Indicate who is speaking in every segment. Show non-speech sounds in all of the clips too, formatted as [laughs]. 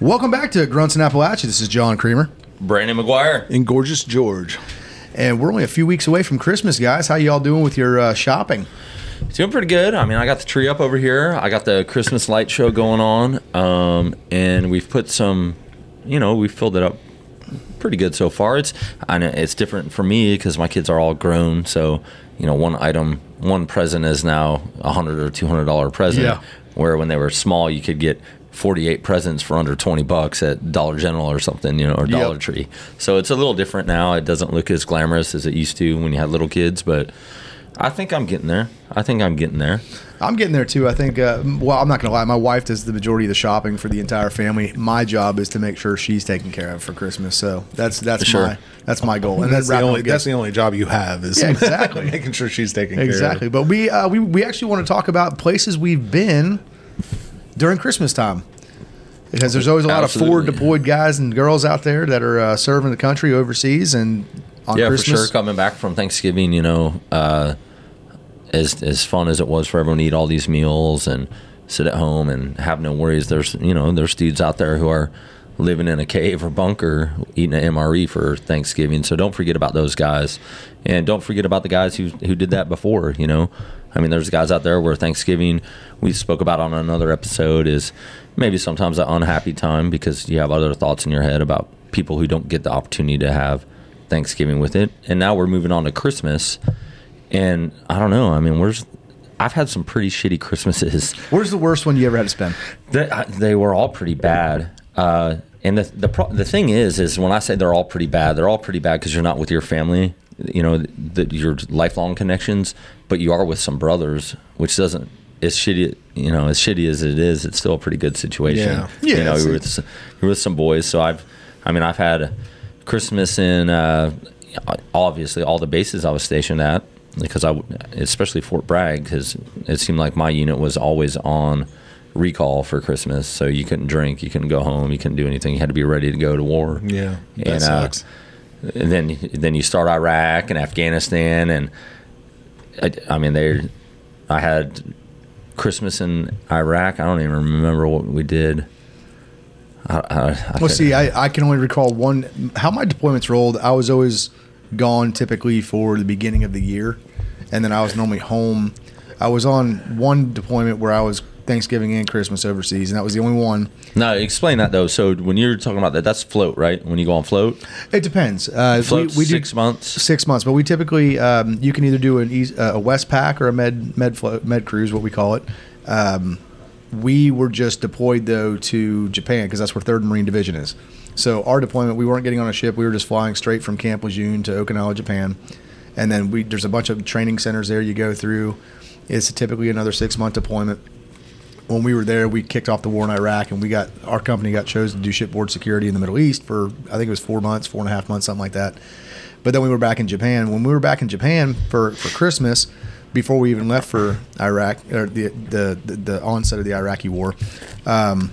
Speaker 1: Welcome back to Grunts and Appalachia. This is John Creamer,
Speaker 2: Brandon McGuire.
Speaker 3: And gorgeous George.
Speaker 1: and we're only a few weeks away from Christmas, guys. How y'all doing with your uh, shopping?
Speaker 2: It's doing pretty good. I mean, I got the tree up over here. I got the Christmas light show going on, um, and we've put some, you know, we've filled it up pretty good so far. It's I know it's different for me because my kids are all grown, so you know, one item, one present is now a hundred or two hundred dollar present.
Speaker 1: Yeah.
Speaker 2: Where when they were small, you could get. 48 presents for under 20 bucks at Dollar General or something, you know, or Dollar Tree. So it's a little different now. It doesn't look as glamorous as it used to when you had little kids, but I think I'm getting there. I think I'm getting there.
Speaker 1: I'm getting there too. I think. Uh, well, I'm not gonna lie. My wife does the majority of the shopping for the entire family. My job is to make sure she's taken care of for Christmas. So that's that's
Speaker 2: Sure.
Speaker 1: my that's my goal. And
Speaker 3: That's the
Speaker 1: wrapping
Speaker 3: only.
Speaker 1: it good.
Speaker 3: That's the only job you have is [laughs]
Speaker 1: Yeah, exactly.
Speaker 3: making sure she's taken
Speaker 1: exactly.
Speaker 3: care
Speaker 1: But we uh, we we actually want to talk about places we've been during Christmas time. Because there's always a lot of
Speaker 2: Absolutely.
Speaker 1: forward deployed guys and girls out there that are uh, serving the country overseas and on
Speaker 2: yeah,
Speaker 1: Christmas.
Speaker 2: for sure. Coming back from Thanksgiving, you know, uh, as as fun as it was for everyone to eat all these meals and sit at home and have no worries. There's you know there's dudes out there who are living in a cave or bunker eating an MRE for Thanksgiving. So don't forget about those guys, and don't forget about the guys who who did that before. You know, I mean, there's guys out there where Thanksgiving we spoke about on another episode is maybe sometimes an unhappy time because you have other thoughts in your head about people who don't get the opportunity to have Thanksgiving with it. And now we're moving on to Christmas. And I don't know. I mean, where's I've had some pretty shitty Christmases.
Speaker 1: Where's the worst one you ever had to spend?
Speaker 2: They, I- they were all pretty bad. Uh, and the the pro- the thing is, is when I say they're all pretty bad, they're all pretty bad because you're not with your family, you know, the, your lifelong connections, but you are with some brothers, which doesn't as shitty, you know, as shitty as it is, it's still a pretty good situation.
Speaker 3: Yeah.
Speaker 1: Yeah,
Speaker 2: you know,
Speaker 1: it's-
Speaker 2: you're with s- you're with some boys. So I've, I mean, I've had Christmas in uh, obviously all the bases I was stationed at because I, w- especially Fort Bragg, because it seemed like my unit was always on recall for Christmas. So you couldn't drink, you couldn't go home, you couldn't do anything. You had to be ready to go to war.
Speaker 3: of. Yeah, that
Speaker 2: And, uh,
Speaker 3: sucks.
Speaker 2: And then then you start Iraq and Afghanistan and I, I mean they I had Christmas in Iraq. I don't even remember what we did. I, I, I
Speaker 1: Well,
Speaker 2: could-
Speaker 1: see, I, I can only recall one. How my deployments rolled, I was always gone typically for the beginning of the year, and then I was normally home. I was on one deployment where I was Thanksgiving and Christmas overseas, and that was the only one.
Speaker 2: no explain that though. So when you're talking about that, that's float, right? When you go on float,
Speaker 1: It depends. Uh, if
Speaker 2: float six
Speaker 1: do
Speaker 2: months.
Speaker 1: six months, but we typically um, you can either do an eas- uh, a West Pack or a med med float, med cruise, what we call it. Um, we were just deployed though to Japan because that's where Third Marine Division is. So our deployment, we weren't getting on a ship. We were just flying straight from Camp Lejeune to Okinawa, Japan, and then we there's a bunch of training centers there you go through. It's typically another six month deployment. When we were there, we kicked off the war in Iraq, and we got our company got chosen to do shipboard security in the Middle East for I think it was four months, four and a half months, something like that. But then we were back in Japan. When we were back in Japan for, for Christmas, before we even left for Iraq or the the, the, the onset of the Iraqi war, um,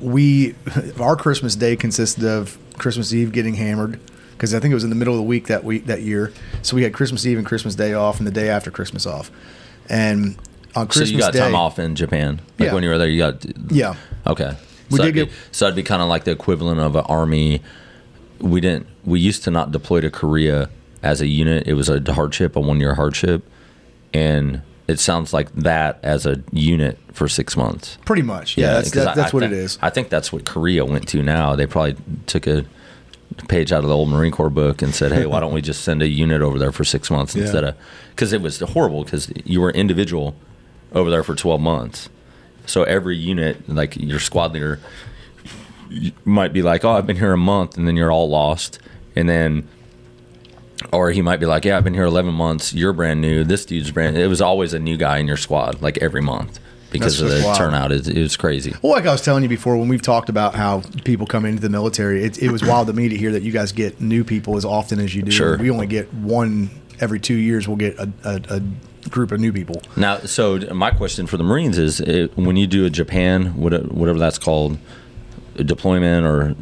Speaker 1: we [laughs] our Christmas day consisted of Christmas Eve getting hammered because I think it was in the middle of the week that week that year. So we had Christmas Eve and Christmas Day off, and the day after Christmas off. And on
Speaker 2: So
Speaker 1: Christmas
Speaker 2: you got
Speaker 1: Day,
Speaker 2: time off in Japan. Like
Speaker 1: Yeah.
Speaker 2: when you were there, you got
Speaker 1: Yeah.
Speaker 2: Okay.
Speaker 1: We
Speaker 2: so
Speaker 1: did
Speaker 2: that'd
Speaker 1: get-
Speaker 2: be, so that'd be kind of like the equivalent of an army. We didn't. We used to not deploy to Korea as a unit. It was a hardship, a one-year hardship, and it sounds like that as a unit for six months.
Speaker 1: pretty much, yeah, that's
Speaker 2: 'cause
Speaker 1: that, that's
Speaker 2: I
Speaker 1: what
Speaker 2: think-
Speaker 1: it is.
Speaker 2: I think that's what Korea went to now. They probably took a page out of the old Marine Corps book and said, "Hey, why don't we just send a unit over there for six
Speaker 1: [laughs]
Speaker 2: months
Speaker 3: Yeah.
Speaker 2: instead of?" Because it was horrible. Because you were individual over there for twelve months, so every unit, like your squad leader, you might be like, "Oh, I've been here a month," and then you're all lost, and then. Or he might be like, "Yeah, I've been here 11 months. You're brand new. This dude's brand." It was always a new guy in your squad, like every month, because
Speaker 1: That's
Speaker 2: of
Speaker 1: just
Speaker 2: the
Speaker 1: wild.
Speaker 2: turnout. It, it was crazy.
Speaker 1: Well, like I was telling you before, when we've talked about how people come into the military, it, it was wild to me to hear that you guys get new people as often as you do.
Speaker 2: Sure.
Speaker 1: We only get one every two years. We'll get a, a, a group of new people.
Speaker 2: Now, so d- my question for the Marines is: it, when you do a Japan, what- whatever that's called, a deployment, or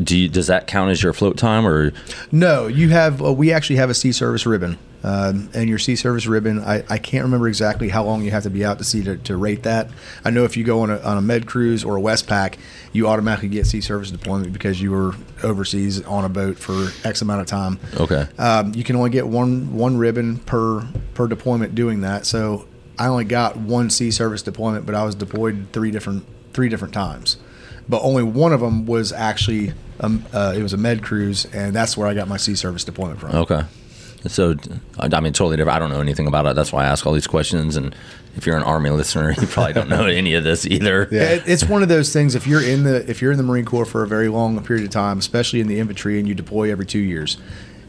Speaker 2: do you, does that count as your float time? Or
Speaker 1: No, you have. Uh, we actually have a sea service ribbon. um, and your sea service ribbon. I, I can't remember exactly how long you have to be out to sea to, to rate that. I know if you go on a, on a med cruise or a Westpac, you automatically get sea service deployment because you were overseas on a boat for X amount of time.
Speaker 2: Okay.
Speaker 1: Um, you can only get one one ribbon per per deployment doing that. So I only got one sea service deployment, but I was deployed three different three different times. But only one of them was actually um, uh, it was a med cruise, and that's where I got my sea service deployment from.
Speaker 2: Okay. So, I I mean, totally different. I don't know anything about it. That's why I ask all these questions. And if you're an Army listener, [laughs] you probably don't know any of this either.
Speaker 3: Yeah.
Speaker 1: It, it's one of those things. If you're in the if you're in the Marine Corps for a very long period of time, especially in the infantry, and you deploy every two years,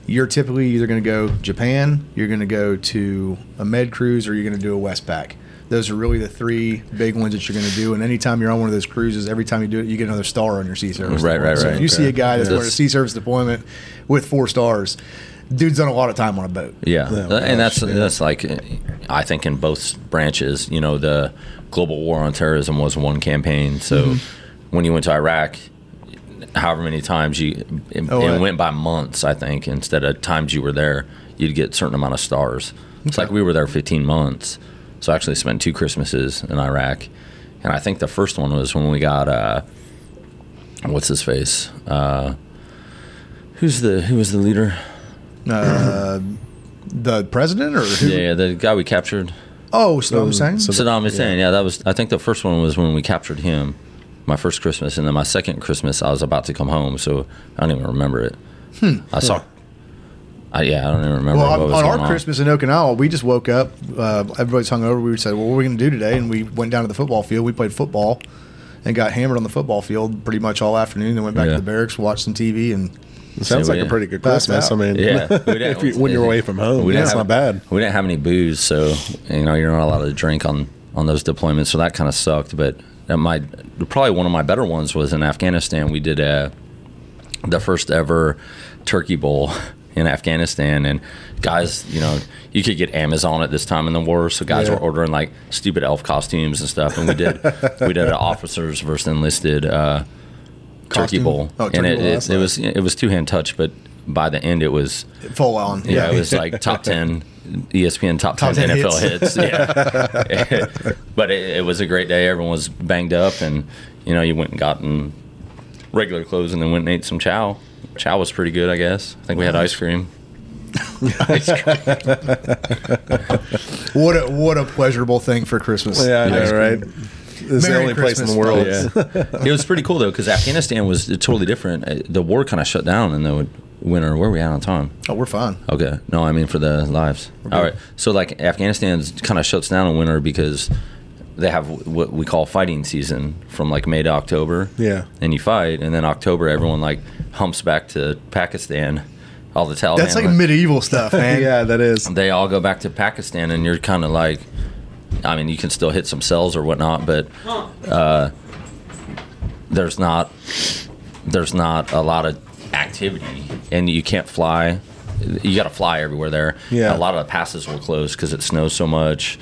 Speaker 1: you're typically either going to go Japan, you're going to go to a med cruise, or you're going to do a Westpac. Those are really the three big ones that you're going to do. And anytime you're on one of those cruises, every time you do it, you get another star on your sea service.
Speaker 2: Right, right,
Speaker 1: deployment. So
Speaker 2: right.
Speaker 1: if you see a guy that's
Speaker 2: Okay.
Speaker 1: wearing a sea service deployment with four stars, dude's done a lot of time on a boat.
Speaker 2: Yeah, Uh,
Speaker 3: Yeah, well,
Speaker 2: and that's
Speaker 3: that's- yeah.
Speaker 2: that's like uh, I think in both branches, you know, the global war on terrorism was one campaign. So
Speaker 1: Mm-hmm.
Speaker 2: when you went to Iraq, however many times you it,
Speaker 1: Oh,
Speaker 2: it
Speaker 1: right.
Speaker 2: went by months, I think instead of times you were there, you'd get certain amount of stars. It's like we were there 15 months, so I actually spent two Christmases in Iraq, and I think the first one was when we got uh, what's his face. Uh, Who's the who was the leader?
Speaker 1: Uh, the president or who?
Speaker 2: Yeah, yeah, the guy we captured.
Speaker 1: Oh, so I'm saying.
Speaker 3: So-
Speaker 2: Saddam Hussein. Yeah. that was. I think the first one was when we captured him, my first Christmas, and then my second Christmas I was about to come home, so I don't even remember it. I saw. I, yeah, I don't even remember
Speaker 1: Hmm. Well,
Speaker 2: what
Speaker 1: on,
Speaker 2: was
Speaker 1: on
Speaker 2: going
Speaker 1: our Christmas in Okinawa, we just woke up. Uh, everybody's hungover. We said, "Well, what are we going to do today?" And we went down to the football field. We played football and got hammered on the football field pretty much all afternoon. Then went back
Speaker 2: Yeah.
Speaker 1: to the barracks, watched some TV, and
Speaker 3: It sounds
Speaker 2: So,
Speaker 3: like
Speaker 2: yeah.
Speaker 3: a pretty good
Speaker 1: Passed
Speaker 3: Christmas. I
Speaker 1: out.
Speaker 3: mean,
Speaker 2: Yeah, we didn't-
Speaker 3: [laughs] if you, when you're away from
Speaker 1: Oh,
Speaker 3: home,
Speaker 2: We didn't
Speaker 3: that's
Speaker 2: have-
Speaker 3: not bad.
Speaker 2: We didn't have any booze, so you know you're not allowed to drink on on those deployments. So that kind of sucked. But that my probably one of my better ones was in Afghanistan. We did a the first ever turkey bowl [laughs] in Afghanistan, and guys, you know, you could get Amazon at this time in the war, so guys
Speaker 3: Yeah.
Speaker 2: were ordering like stupid elf costumes and stuff. And
Speaker 1: [laughs]
Speaker 2: we did we did an officers versus enlisted. Uh, Turkey
Speaker 1: Costume?
Speaker 2: bowl,
Speaker 1: Oh,
Speaker 2: and
Speaker 1: turkey
Speaker 2: it,
Speaker 1: bowl,
Speaker 2: it,
Speaker 1: that's
Speaker 2: it
Speaker 1: nice.
Speaker 2: was it was two hand touch, but by the end it was
Speaker 1: full on.
Speaker 2: yeah, it was like top ten E ESPN top,
Speaker 1: Top
Speaker 2: 10,
Speaker 1: 10
Speaker 2: NFL hits. Yeah, but it, it was a great day. Everyone was banged up, and you know you went and got in regular clothes, and then went and ate some chow. Chow was pretty good, I guess. I think we had ice cream. [laughs]
Speaker 1: [laughs]
Speaker 2: Ice cream.
Speaker 1: What a what a pleasurable thing for Christmas.
Speaker 3: [laughs] Yeah, I know, right? It's the
Speaker 1: Merry
Speaker 3: only place in
Speaker 1: Christmas,
Speaker 3: the world.
Speaker 1: folks.
Speaker 3: [laughs]
Speaker 2: it was pretty cool though, because Afghanistan was totally different. Uh, The war kind of shut down in the winter. Where are we at on time?
Speaker 1: Oh, we're fine.
Speaker 2: Okay. No, I mean for the lives. All right. So like Afghanistan kind of shuts down in winter because they have wh- what we call fighting season from like May to October.
Speaker 3: Yeah.
Speaker 2: And you fight, and then October everyone like humps back to Pakistan. All the Taliban.
Speaker 1: That's like
Speaker 2: like-
Speaker 1: medieval stuff, man.
Speaker 3: [laughs] yeah, that is.
Speaker 2: they all go back to Pakistan, and you're kind of like, I mean, you can still hit some cells or whatnot, but uh, there's not there's not a lot of activity, and you can't fly. You got to fly everywhere there.
Speaker 3: Yeah.
Speaker 2: a lot of the passes were closed because it snows so much,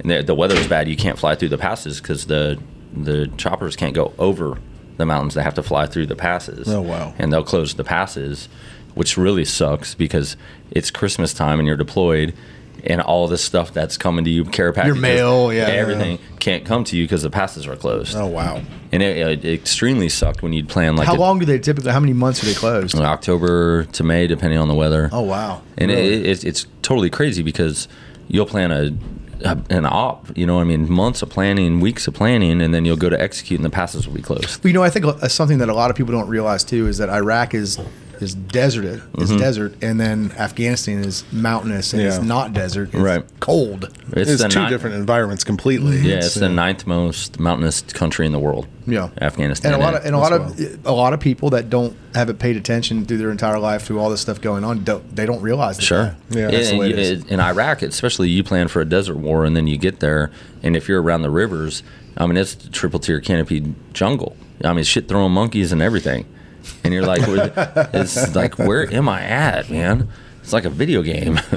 Speaker 2: and the, the weather is bad. You can't fly through the passes because the the choppers can't go over the mountains. They have to fly through the passes
Speaker 3: Oh, wow.
Speaker 2: and they'll close the passes, which really sucks because it's Christmas time and you're deployed, and all this stuff that's coming to you, care packages,
Speaker 1: mail, yeah.
Speaker 2: everything can't come to you because the passes are closed,
Speaker 3: Oh wow.
Speaker 2: and it, uh, it extremely sucked when you'd plan like
Speaker 1: How
Speaker 2: a-
Speaker 1: long do they typically? How many months are they
Speaker 2: Uh,
Speaker 1: closed?
Speaker 2: October to May, depending on the weather.
Speaker 1: Oh wow.
Speaker 2: And it, it, it's- it's totally crazy because you'll plan a, a an op, you know, what I mean, months of planning, weeks of planning, and then you'll go to execute, and the passes will be closed.
Speaker 1: But, you know, I think uh, something that a lot of people don't realize too is that Iraq is is deserted, it's
Speaker 2: Mm-hmm.
Speaker 1: desert, and then Afghanistan is mountainous and it's
Speaker 3: Yeah.
Speaker 1: not desert, it's
Speaker 2: Right.
Speaker 1: Cold.
Speaker 2: It's,
Speaker 3: It's,
Speaker 2: the
Speaker 3: two
Speaker 2: ni-
Speaker 3: different environments completely.
Speaker 2: Yeah, it's the ninth most mountainous country in the world.
Speaker 1: Yeah.
Speaker 2: Afghanistan.
Speaker 1: And a lot of and a lot
Speaker 3: That's
Speaker 1: of a lot of people that don't haven't paid attention through their entire life to all this stuff going on, don't, they don't realize. That
Speaker 2: sure.
Speaker 3: Yeah,
Speaker 2: And-
Speaker 3: that's
Speaker 1: the way it
Speaker 2: and you- in Iraq, especially, you plan for a desert war, and then you get there, and if you're around the rivers, I mean, it's triple tier canopy jungle. I mean, shit throwing monkeys and everything, and you're like,
Speaker 1: [laughs]
Speaker 2: where the- it's like, where am I at, man? It's like a video game. [laughs]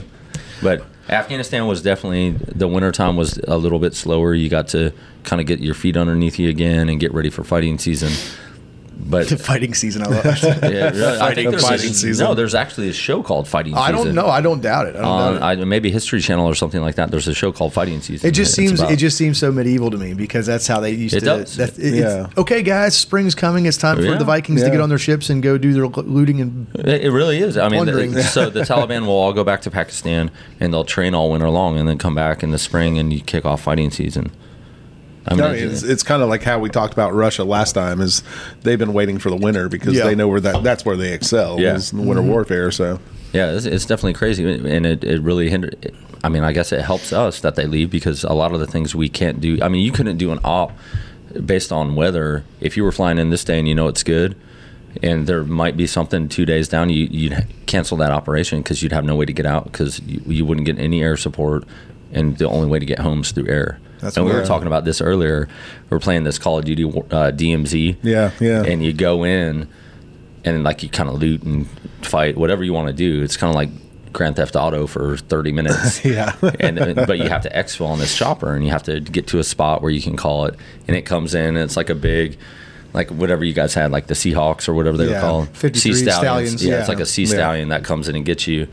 Speaker 2: but Afghanistan was definitely the wintertime was a little bit slower. You got to kind of get your feet underneath you again and get ready for fighting season.
Speaker 1: [laughs]
Speaker 2: But
Speaker 1: [laughs] The fighting season. I love
Speaker 2: [laughs]
Speaker 1: it.
Speaker 2: yeah, really, I think
Speaker 3: the
Speaker 2: there's
Speaker 3: fighting
Speaker 2: a-
Speaker 3: season.
Speaker 2: No, there's actually a show called
Speaker 1: [laughs]
Speaker 2: Fighting
Speaker 1: I
Speaker 2: Season.
Speaker 1: don't know. I don't doubt it. I don't doubt
Speaker 2: On
Speaker 1: it.
Speaker 2: I, maybe History Channel or something like that. There's a show called Fighting Season.
Speaker 1: It just
Speaker 2: It's
Speaker 1: seems
Speaker 2: about-
Speaker 1: it just seems so medieval to me because that's how they used
Speaker 2: It
Speaker 1: to.
Speaker 2: does.
Speaker 1: That's, it,
Speaker 3: Yeah.
Speaker 1: it's, okay, guys, spring's coming. It's time for
Speaker 2: Yeah.
Speaker 1: the Vikings to get
Speaker 3: Yeah.
Speaker 1: on their ships and go do their looting and
Speaker 2: It it really is. I mean,
Speaker 1: Wondering.
Speaker 2: the-
Speaker 1: [laughs]
Speaker 2: so the Taliban will all go back to Pakistan and they'll train all winter long and then come back in the spring and you kick off fighting season. I mean,
Speaker 3: No, it's, it's kind of like how we talked about Russia last time. Is they've been waiting for the winter because
Speaker 1: Yeah. Mm-hmm.
Speaker 3: they know where that that's where they excel.
Speaker 2: Yeah.
Speaker 3: is in winter warfare. So
Speaker 2: yeah, it's, it's definitely crazy. And it, it really hindered. I mean, I guess it helps us that they leave because a lot of the things we can't do. I mean, you couldn't do an op based on weather. If you were flying in this day and you know it's good and there might be something two days down, you, you'd cancel that operation because you'd have no way to get out because you, you wouldn't get any air support. And the only way to get home is through air.
Speaker 1: That's
Speaker 2: and we were
Speaker 1: weird.
Speaker 2: talking about this earlier. We are playing this Call of Duty uh, DMZ.
Speaker 3: Yeah, yeah.
Speaker 2: And you go in and like you kind of loot and fight whatever you want to do. It's kind of like Grand Theft Auto for 30 minutes.
Speaker 3: Yeah. [laughs]
Speaker 2: and uh, but you have to exfil on this chopper and you have to get to a spot where you can call it and it comes in and it's like a big like whatever you guys had like the Seahawks or whatever they
Speaker 3: Yeah.
Speaker 2: were called.
Speaker 1: 53 stallions,
Speaker 2: Yeah, it's
Speaker 1: yeah.
Speaker 2: like a sea
Speaker 3: Yeah.
Speaker 2: stallion that comes in and gets you.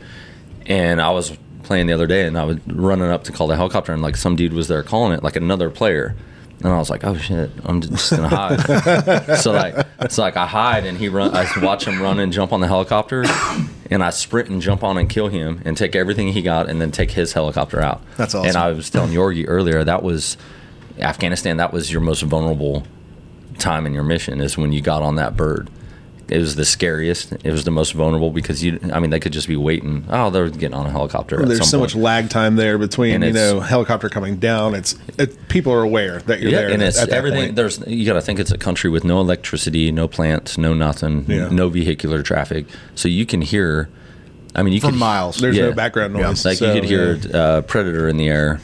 Speaker 2: And I was playing the other day and I was running up to call the helicopter and like some dude was there calling it like another player. And I was like, "Oh shit! I'm just gonna hide." so like it's like I hide and he run I watch him run and jump on the helicopter and I sprint and jump on and kill him and take everything he got and then take his helicopter out.
Speaker 1: That's awesome.
Speaker 2: And I was telling Yorgi earlier that was Afghanistan that was your most vulnerable time in your mission is when you got on that bird. It was the scariest. It was the most vulnerable because you I mean they could just be waiting. Oh, they're getting on a helicopter. at
Speaker 3: there's
Speaker 2: some
Speaker 3: so
Speaker 2: point.
Speaker 3: much lag time there between
Speaker 2: And
Speaker 3: you
Speaker 2: it's-
Speaker 3: know helicopter coming down. It's it, people are aware that you're
Speaker 2: yeah,
Speaker 3: there
Speaker 2: and
Speaker 3: at-
Speaker 2: it's
Speaker 3: at that
Speaker 2: everything.
Speaker 3: point.
Speaker 2: There's you got to think it's a country with no electricity, no plants, no nothing,
Speaker 3: Yeah.
Speaker 2: no vehicular traffic. So you can hear. I mean, you
Speaker 1: for
Speaker 2: can
Speaker 1: miles.
Speaker 3: There's
Speaker 2: yeah.
Speaker 3: no background
Speaker 1: Yeah.
Speaker 3: noise.
Speaker 2: like
Speaker 3: so,
Speaker 2: you could hear
Speaker 3: yeah.
Speaker 2: uh, predator in the air,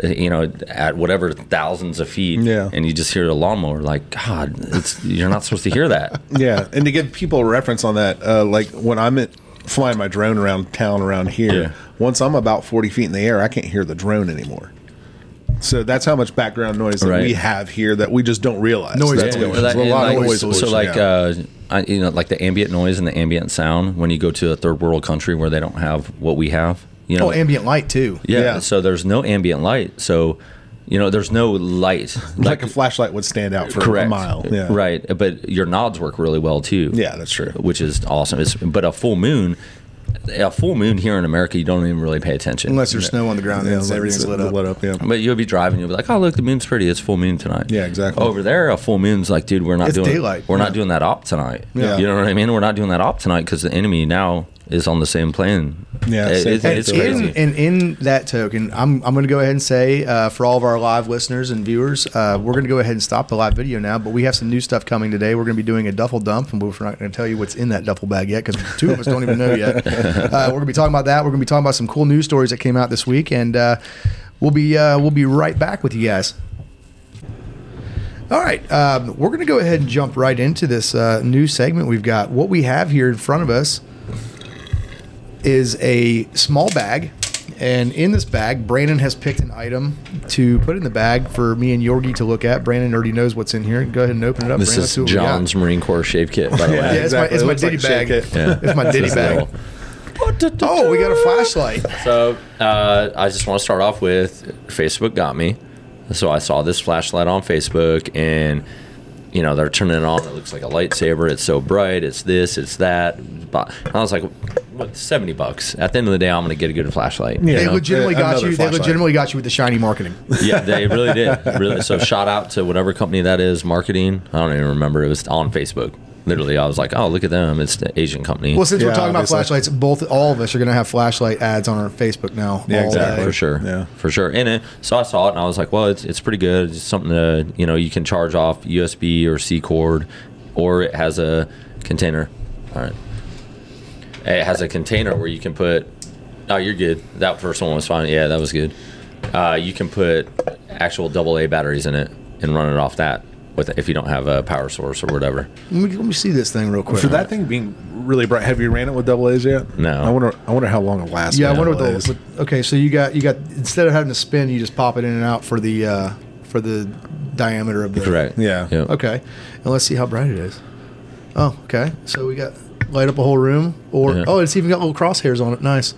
Speaker 2: uh, you know, at whatever thousands of feet.
Speaker 3: Yeah.
Speaker 2: and you just hear a lawnmower. Like God, it's you're not supposed to hear that.
Speaker 3: Yeah, and to give people a reference on that, uh, like when I'm at, flying my drone around town around here,
Speaker 2: Yeah.
Speaker 3: once I'm about 40 feet in the air, I can't hear the drone anymore. So that's how much background noise that
Speaker 2: Right.
Speaker 3: we have here that we just don't realize.
Speaker 1: Noise
Speaker 3: [laughs] that's
Speaker 1: pollution.
Speaker 3: going on.
Speaker 1: There's
Speaker 3: There's
Speaker 2: Like-
Speaker 3: a lot
Speaker 2: like-
Speaker 3: of noise
Speaker 2: So
Speaker 3: pollution,
Speaker 2: like,
Speaker 3: yeah.
Speaker 2: uh, I, you know, like the ambient noise and the ambient sound when you go to a third world country where they don't have what we have. You know,
Speaker 1: Oh, ambient light too.
Speaker 2: Yeah,
Speaker 3: Yeah.
Speaker 2: So there's no ambient light. So, you know, there's no
Speaker 3: [laughs]
Speaker 2: light.
Speaker 3: like, a flashlight would stand out for a mile. Yeah.
Speaker 2: Right. But your nods work really well too.
Speaker 3: Yeah, that's true.
Speaker 2: Which is awesome. It's, but a full moon, a full moon here in America, you don't even really pay attention.
Speaker 1: Unless there's snow on the ground,
Speaker 3: Yeah,
Speaker 1: and
Speaker 3: like
Speaker 1: everything's
Speaker 3: it's
Speaker 1: lit up.
Speaker 3: yeah.
Speaker 2: but you'll be driving, you'll be like, "Oh, look, the moon's pretty. It's full moon tonight."
Speaker 3: Yeah, exactly.
Speaker 2: Over there, a full moon's like, "Dude, we're not
Speaker 1: It's
Speaker 2: doing
Speaker 1: daylight.
Speaker 2: We're
Speaker 1: Yeah.
Speaker 2: not doing that op tonight."
Speaker 3: Yeah.
Speaker 2: you know what I mean. We're not doing that op tonight because the enemy now is on the same plane.
Speaker 3: Yeah,
Speaker 2: It-
Speaker 3: same
Speaker 2: it-
Speaker 3: plane
Speaker 2: it's
Speaker 3: field.
Speaker 2: crazy.
Speaker 1: In, and in that token, I'm, I'm going to go ahead and say uh, for all of our live listeners and viewers, uh, we're going to go ahead and stop the live video now. But we have some new stuff coming today. We're going to be doing a duffel dump, and we're not going to tell you what's in that duffel bag yet because two of us don't even know yet. Uh, we're going to be talking about that. We're going to be talking about some cool news stories that came out this week, and uh, we'll be uh, we'll be right back with you guys. All right, um, we're going to go ahead and jump right into this uh, new segment we've got. What we have here in front of us is a small bag. And in this bag, Brandon has picked an item to put in the bag for me and Yorgi to look at. Brandon already knows what's in here. Go ahead and open it up.
Speaker 2: This
Speaker 1: Brandon,
Speaker 2: is John's Marine Corps shave kit, by the
Speaker 3: [laughs]
Speaker 1: Yeah,
Speaker 2: way.
Speaker 1: it's my,
Speaker 3: exactly.
Speaker 1: it's
Speaker 3: It
Speaker 1: my
Speaker 3: looks like
Speaker 1: ditty
Speaker 3: shake
Speaker 1: bag.
Speaker 3: it.
Speaker 2: Yeah.
Speaker 1: It's my ditty
Speaker 2: This is
Speaker 1: bag.
Speaker 2: little-
Speaker 1: Oh, we got a flashlight.
Speaker 2: So uh, I just want to start off with Facebook got me. So I saw this flashlight on Facebook, and you know they're turning it on. It looks like a lightsaber. It's so bright. It's this. It's that. But I was like, what? Seventy bucks. At the end of the day, I'm gonna get a good flashlight. you
Speaker 3: Yeah.
Speaker 1: They
Speaker 2: know?
Speaker 1: legitimately got
Speaker 3: Another
Speaker 1: you. They
Speaker 3: flashlight.
Speaker 1: legitimately got you with the shiny
Speaker 3: [laughs]
Speaker 1: marketing.
Speaker 2: [laughs] yeah, they really did. Really. So shout out to whatever company that is, marketing. I don't even remember. It was on Facebook. Literally, I was like, oh look at them. It's the Asian company.
Speaker 1: Well, since we're
Speaker 3: Yeah,
Speaker 1: talking about
Speaker 3: obviously.
Speaker 1: flashlights, both all of us are going to have flashlight ads on our Facebook now.
Speaker 3: Yeah,
Speaker 1: all
Speaker 3: exactly.
Speaker 1: day.
Speaker 2: for sure.
Speaker 3: Yeah.
Speaker 2: for sure. And it, so I saw it, and I was like, "Well, it's it's pretty good. It's something to you know you can charge off USB or C cord, or it has a container. All right, it has a container where you can put. Oh, you're good. That first one was fine. Yeah, that was good. Uh, you can put actual AA batteries in it and run it off that with if you don't have a power source or whatever.
Speaker 1: Let me, let me see this thing real quick.
Speaker 3: For that thing being really bright, have you ran it with double A's yet?
Speaker 2: No.
Speaker 3: I wonder. I wonder how long it lasts.
Speaker 1: Yeah, I
Speaker 3: with
Speaker 1: wonder what
Speaker 3: double
Speaker 1: the
Speaker 3: A's.
Speaker 1: what, okay. So you got you got instead of having to spin, you just pop it in and out for the uh, for the diameter of the
Speaker 2: Correct.
Speaker 3: Yeah.
Speaker 2: Yep.
Speaker 1: Okay, and let's see how bright it is. Oh, okay. So we got light up a whole room, or
Speaker 2: Yeah.
Speaker 1: oh, it's even got little crosshairs on it. Nice.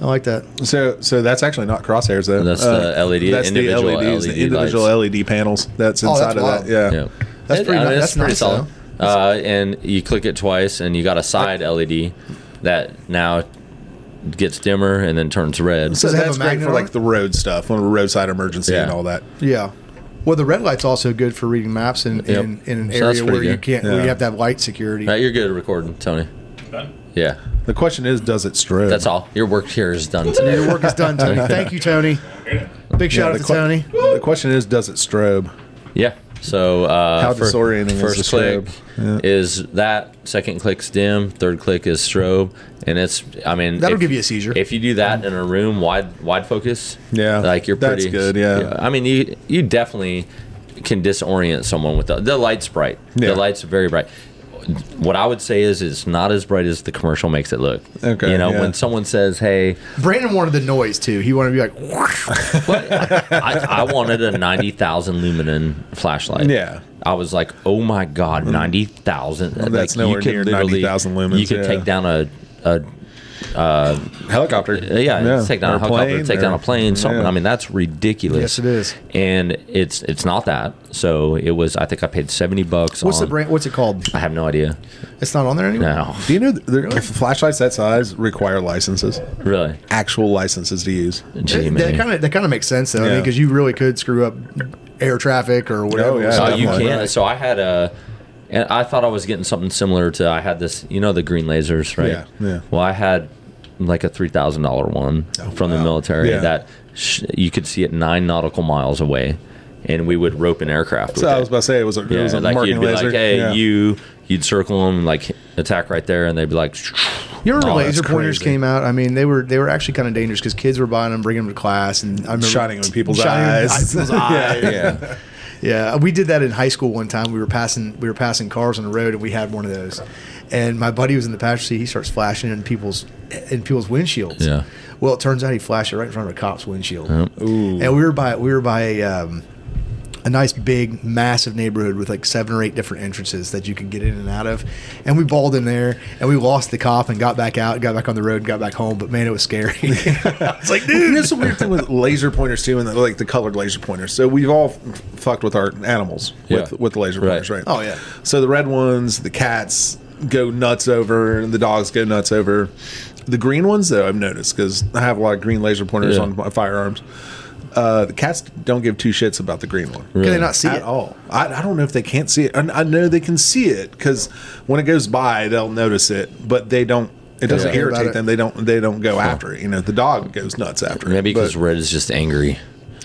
Speaker 1: I like that.
Speaker 3: So, so that's actually not crosshairs though. Uh,
Speaker 2: That's the LED
Speaker 3: That's the
Speaker 2: individual
Speaker 3: LEDs, the
Speaker 2: LED
Speaker 3: individual LED panels. That's
Speaker 1: Oh,
Speaker 3: inside
Speaker 1: that's wild.
Speaker 3: of that. Yeah.
Speaker 2: Yeah.
Speaker 1: That's pretty ni-
Speaker 2: it's
Speaker 1: that's nice,
Speaker 2: Uh, and you click it twice, and you got a side LED that now gets dimmer and then turns red.
Speaker 1: So-
Speaker 3: So
Speaker 1: Does it have
Speaker 3: that's
Speaker 1: a
Speaker 3: great
Speaker 1: magnet
Speaker 3: for
Speaker 1: on
Speaker 3: like
Speaker 1: it?
Speaker 3: the road stuff, on a roadside emergency
Speaker 2: Yeah.
Speaker 3: and all that.
Speaker 1: Yeah. Well, the red light's also good for reading maps in,
Speaker 2: Yep.
Speaker 1: in, in an
Speaker 2: So
Speaker 1: area
Speaker 2: that's pretty
Speaker 1: where you
Speaker 2: good.
Speaker 1: can't, where
Speaker 3: Yeah.
Speaker 1: you have to have light security.
Speaker 2: Now you're good at recording, Tony.
Speaker 4: Done?
Speaker 2: Yeah,
Speaker 3: The question is, does it strobe?
Speaker 2: that's all. Your work here is done today.
Speaker 1: Your work is done, Tony. Thank you, Tony. Big
Speaker 3: Yeah,
Speaker 1: shout out
Speaker 3: the
Speaker 1: to
Speaker 3: que-
Speaker 1: Tony.
Speaker 3: The question is, does it strobe?
Speaker 2: Yeah. So uh,
Speaker 3: How
Speaker 2: fir-
Speaker 3: disorienting is
Speaker 2: first
Speaker 3: the
Speaker 2: click
Speaker 3: strobe? Yeah.
Speaker 2: is that. Second click's dim. Third click is strobe, and it's. I mean,
Speaker 1: That'll
Speaker 2: if-
Speaker 1: give you a seizure.
Speaker 2: If you do that in a room wide wide focus,
Speaker 3: Yeah.
Speaker 2: like you're
Speaker 3: That's
Speaker 2: pretty
Speaker 3: good, yeah.
Speaker 2: I mean, you you definitely can disorient someone with the, the light's bright.
Speaker 3: Yeah.
Speaker 2: The light's very bright. What I would say is it's not as bright as the commercial makes it look.
Speaker 3: Okay,
Speaker 2: You know,
Speaker 3: yeah.
Speaker 2: when someone says, "Hey,
Speaker 1: Brandon wanted the noise too. He wanted to be
Speaker 3: [laughs]
Speaker 1: like,
Speaker 2: I, I wanted a 90,000 luminen flashlight.
Speaker 3: Yeah. Mm.
Speaker 2: I was like, oh my God, 90,000. Like,
Speaker 3: that's
Speaker 2: you
Speaker 3: nowhere
Speaker 2: could
Speaker 3: near
Speaker 2: literally-
Speaker 3: 90,000 lumens,
Speaker 2: You could
Speaker 3: yeah.
Speaker 2: take down a, a
Speaker 3: Helicopter.
Speaker 2: Uh, yeah, take down
Speaker 3: Or
Speaker 2: a helicopter,
Speaker 3: plane,
Speaker 2: take down
Speaker 3: or-
Speaker 2: a plane, something.
Speaker 3: yeah.
Speaker 2: I mean, that's ridiculous.
Speaker 1: Yes, it is.
Speaker 2: And it's it's not that. So it was, I think I paid 70 bucks
Speaker 1: what's
Speaker 2: on.
Speaker 1: the brand? What's it called?
Speaker 2: I have no idea.
Speaker 1: It's not on there anymore.
Speaker 2: No, [laughs]
Speaker 3: Do you know that there, flashlights that size require licenses?
Speaker 2: really.
Speaker 3: Actual licenses to use.
Speaker 2: Gee,
Speaker 1: That-
Speaker 2: man.
Speaker 1: That kind of that kind of makes sense though. I mean,
Speaker 3: Yeah.
Speaker 1: because you really could screw up air traffic or whatever.
Speaker 3: yeah.
Speaker 2: Oh,
Speaker 1: So-
Speaker 2: you
Speaker 3: definitely.
Speaker 2: can. So I had a, and I thought I was getting something similar to I had this, you know, the green lasers, right?
Speaker 3: Yeah, yeah.
Speaker 2: Well, I had like a three thousand dollar one from the military
Speaker 3: Yeah.
Speaker 2: that sh- you could see it nine nautical miles away, and we would rope an aircraft.
Speaker 3: So
Speaker 2: with
Speaker 3: I was
Speaker 2: it.
Speaker 3: about to say it was a, it
Speaker 2: yeah,
Speaker 3: was a
Speaker 2: like
Speaker 3: marking
Speaker 2: you'd be
Speaker 3: laser.
Speaker 2: like, hey,
Speaker 3: yeah.
Speaker 2: you, you'd circle them, like attack right there, and they'd be like, [sniffs]
Speaker 1: You remember
Speaker 2: Oh,
Speaker 1: when laser
Speaker 3: that's
Speaker 1: pointers
Speaker 3: crazy.
Speaker 1: came out? I mean, they were they were actually kind of dangerous because kids were buying them, bringing them to class, and I remember
Speaker 3: shining in people's
Speaker 1: shining in [laughs]
Speaker 3: eyes. [laughs]
Speaker 1: people's eyes.
Speaker 2: yeah,
Speaker 1: Yeah, we did that in high school one time. We were passing we were passing cars on the road, and we had one of those. And my buddy was in the passenger seat. He starts flashing in people's in people's windshields.
Speaker 2: Yeah.
Speaker 1: Well, it turns out he flashed it right in front of a cop's windshield. And we were by we were by a. Um, a nice big massive neighborhood with like seven or eight different entrances that you could get in and out of and we balled in there and we lost the cop and got back out got back on the road and got back home but man it was scary [laughs] it's like dude
Speaker 3: You know, it's a weird thing with laser pointers too, and the, like the colored laser pointers. So we've all f- fucked with our animals with
Speaker 2: Yeah.
Speaker 3: with laser
Speaker 2: Right.
Speaker 3: pointers, right?
Speaker 1: Oh, yeah.
Speaker 3: So the red ones, the cats go nuts over, and the dogs go nuts over. The green ones, though, I've noticed because I have a lot of green laser pointers
Speaker 2: Yeah.
Speaker 3: on my firearms. Uh, the cats don't give two shits about the green one.
Speaker 1: can they not see
Speaker 3: at
Speaker 1: it
Speaker 3: all. I, I don't know if they can't see it. And I know they can see it because when it goes by, they'll notice it, but they don't. It doesn't
Speaker 1: care about
Speaker 3: irritate
Speaker 1: it.
Speaker 3: them. They don't. They don't go after it. You know, the dog goes nuts after
Speaker 2: maybe
Speaker 3: it. but
Speaker 2: because red is just angry.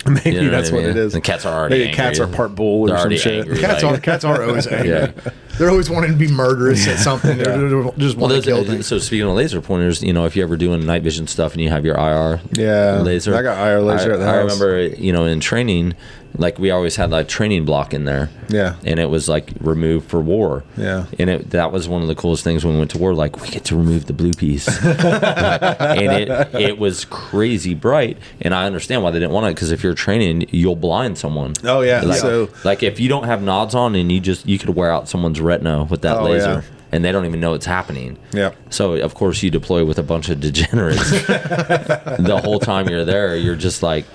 Speaker 3: [laughs] maybe
Speaker 2: you know
Speaker 3: that's
Speaker 2: what I
Speaker 3: what it
Speaker 2: mean?
Speaker 3: is.
Speaker 2: The cats are already
Speaker 3: Maybe cats are
Speaker 2: angry.
Speaker 3: part bull
Speaker 2: They're
Speaker 3: or some
Speaker 2: already
Speaker 3: shit.
Speaker 2: angry.
Speaker 1: Cats are
Speaker 2: like-
Speaker 1: cats are always angry.
Speaker 2: Yeah.
Speaker 1: They're always wanting to be murderous at something. They're they're just
Speaker 2: Well,
Speaker 1: wanting to kill
Speaker 2: those, uh,
Speaker 1: things.
Speaker 2: so speaking of laser pointers, you know, if you ever doing night vision stuff and you have your IR,
Speaker 3: Yeah.
Speaker 2: laser,
Speaker 3: I got IR laser
Speaker 2: I,
Speaker 3: at the
Speaker 2: I
Speaker 3: house.
Speaker 2: remember, you know, in training, like we always had like training block in there.
Speaker 3: Yeah.
Speaker 2: and it was like removed for war.
Speaker 3: Yeah.
Speaker 2: and it that was one of the coolest things when we went to war. Like we get to remove the blue piece, [laughs] and it it was crazy bright. And I understand why they didn't want it because if you're training, you'll blind someone.
Speaker 3: Oh, yeah,
Speaker 2: like,
Speaker 3: so-
Speaker 2: like if you don't have nods on and you just you could wear out someone's retina with that
Speaker 3: Oh,
Speaker 2: laser.
Speaker 3: yeah.
Speaker 2: And they don't even know it's happening.
Speaker 3: Yep.
Speaker 2: So of course you deploy with a bunch
Speaker 1: [laughs]
Speaker 2: of degenerates. the whole time you're there, you're just like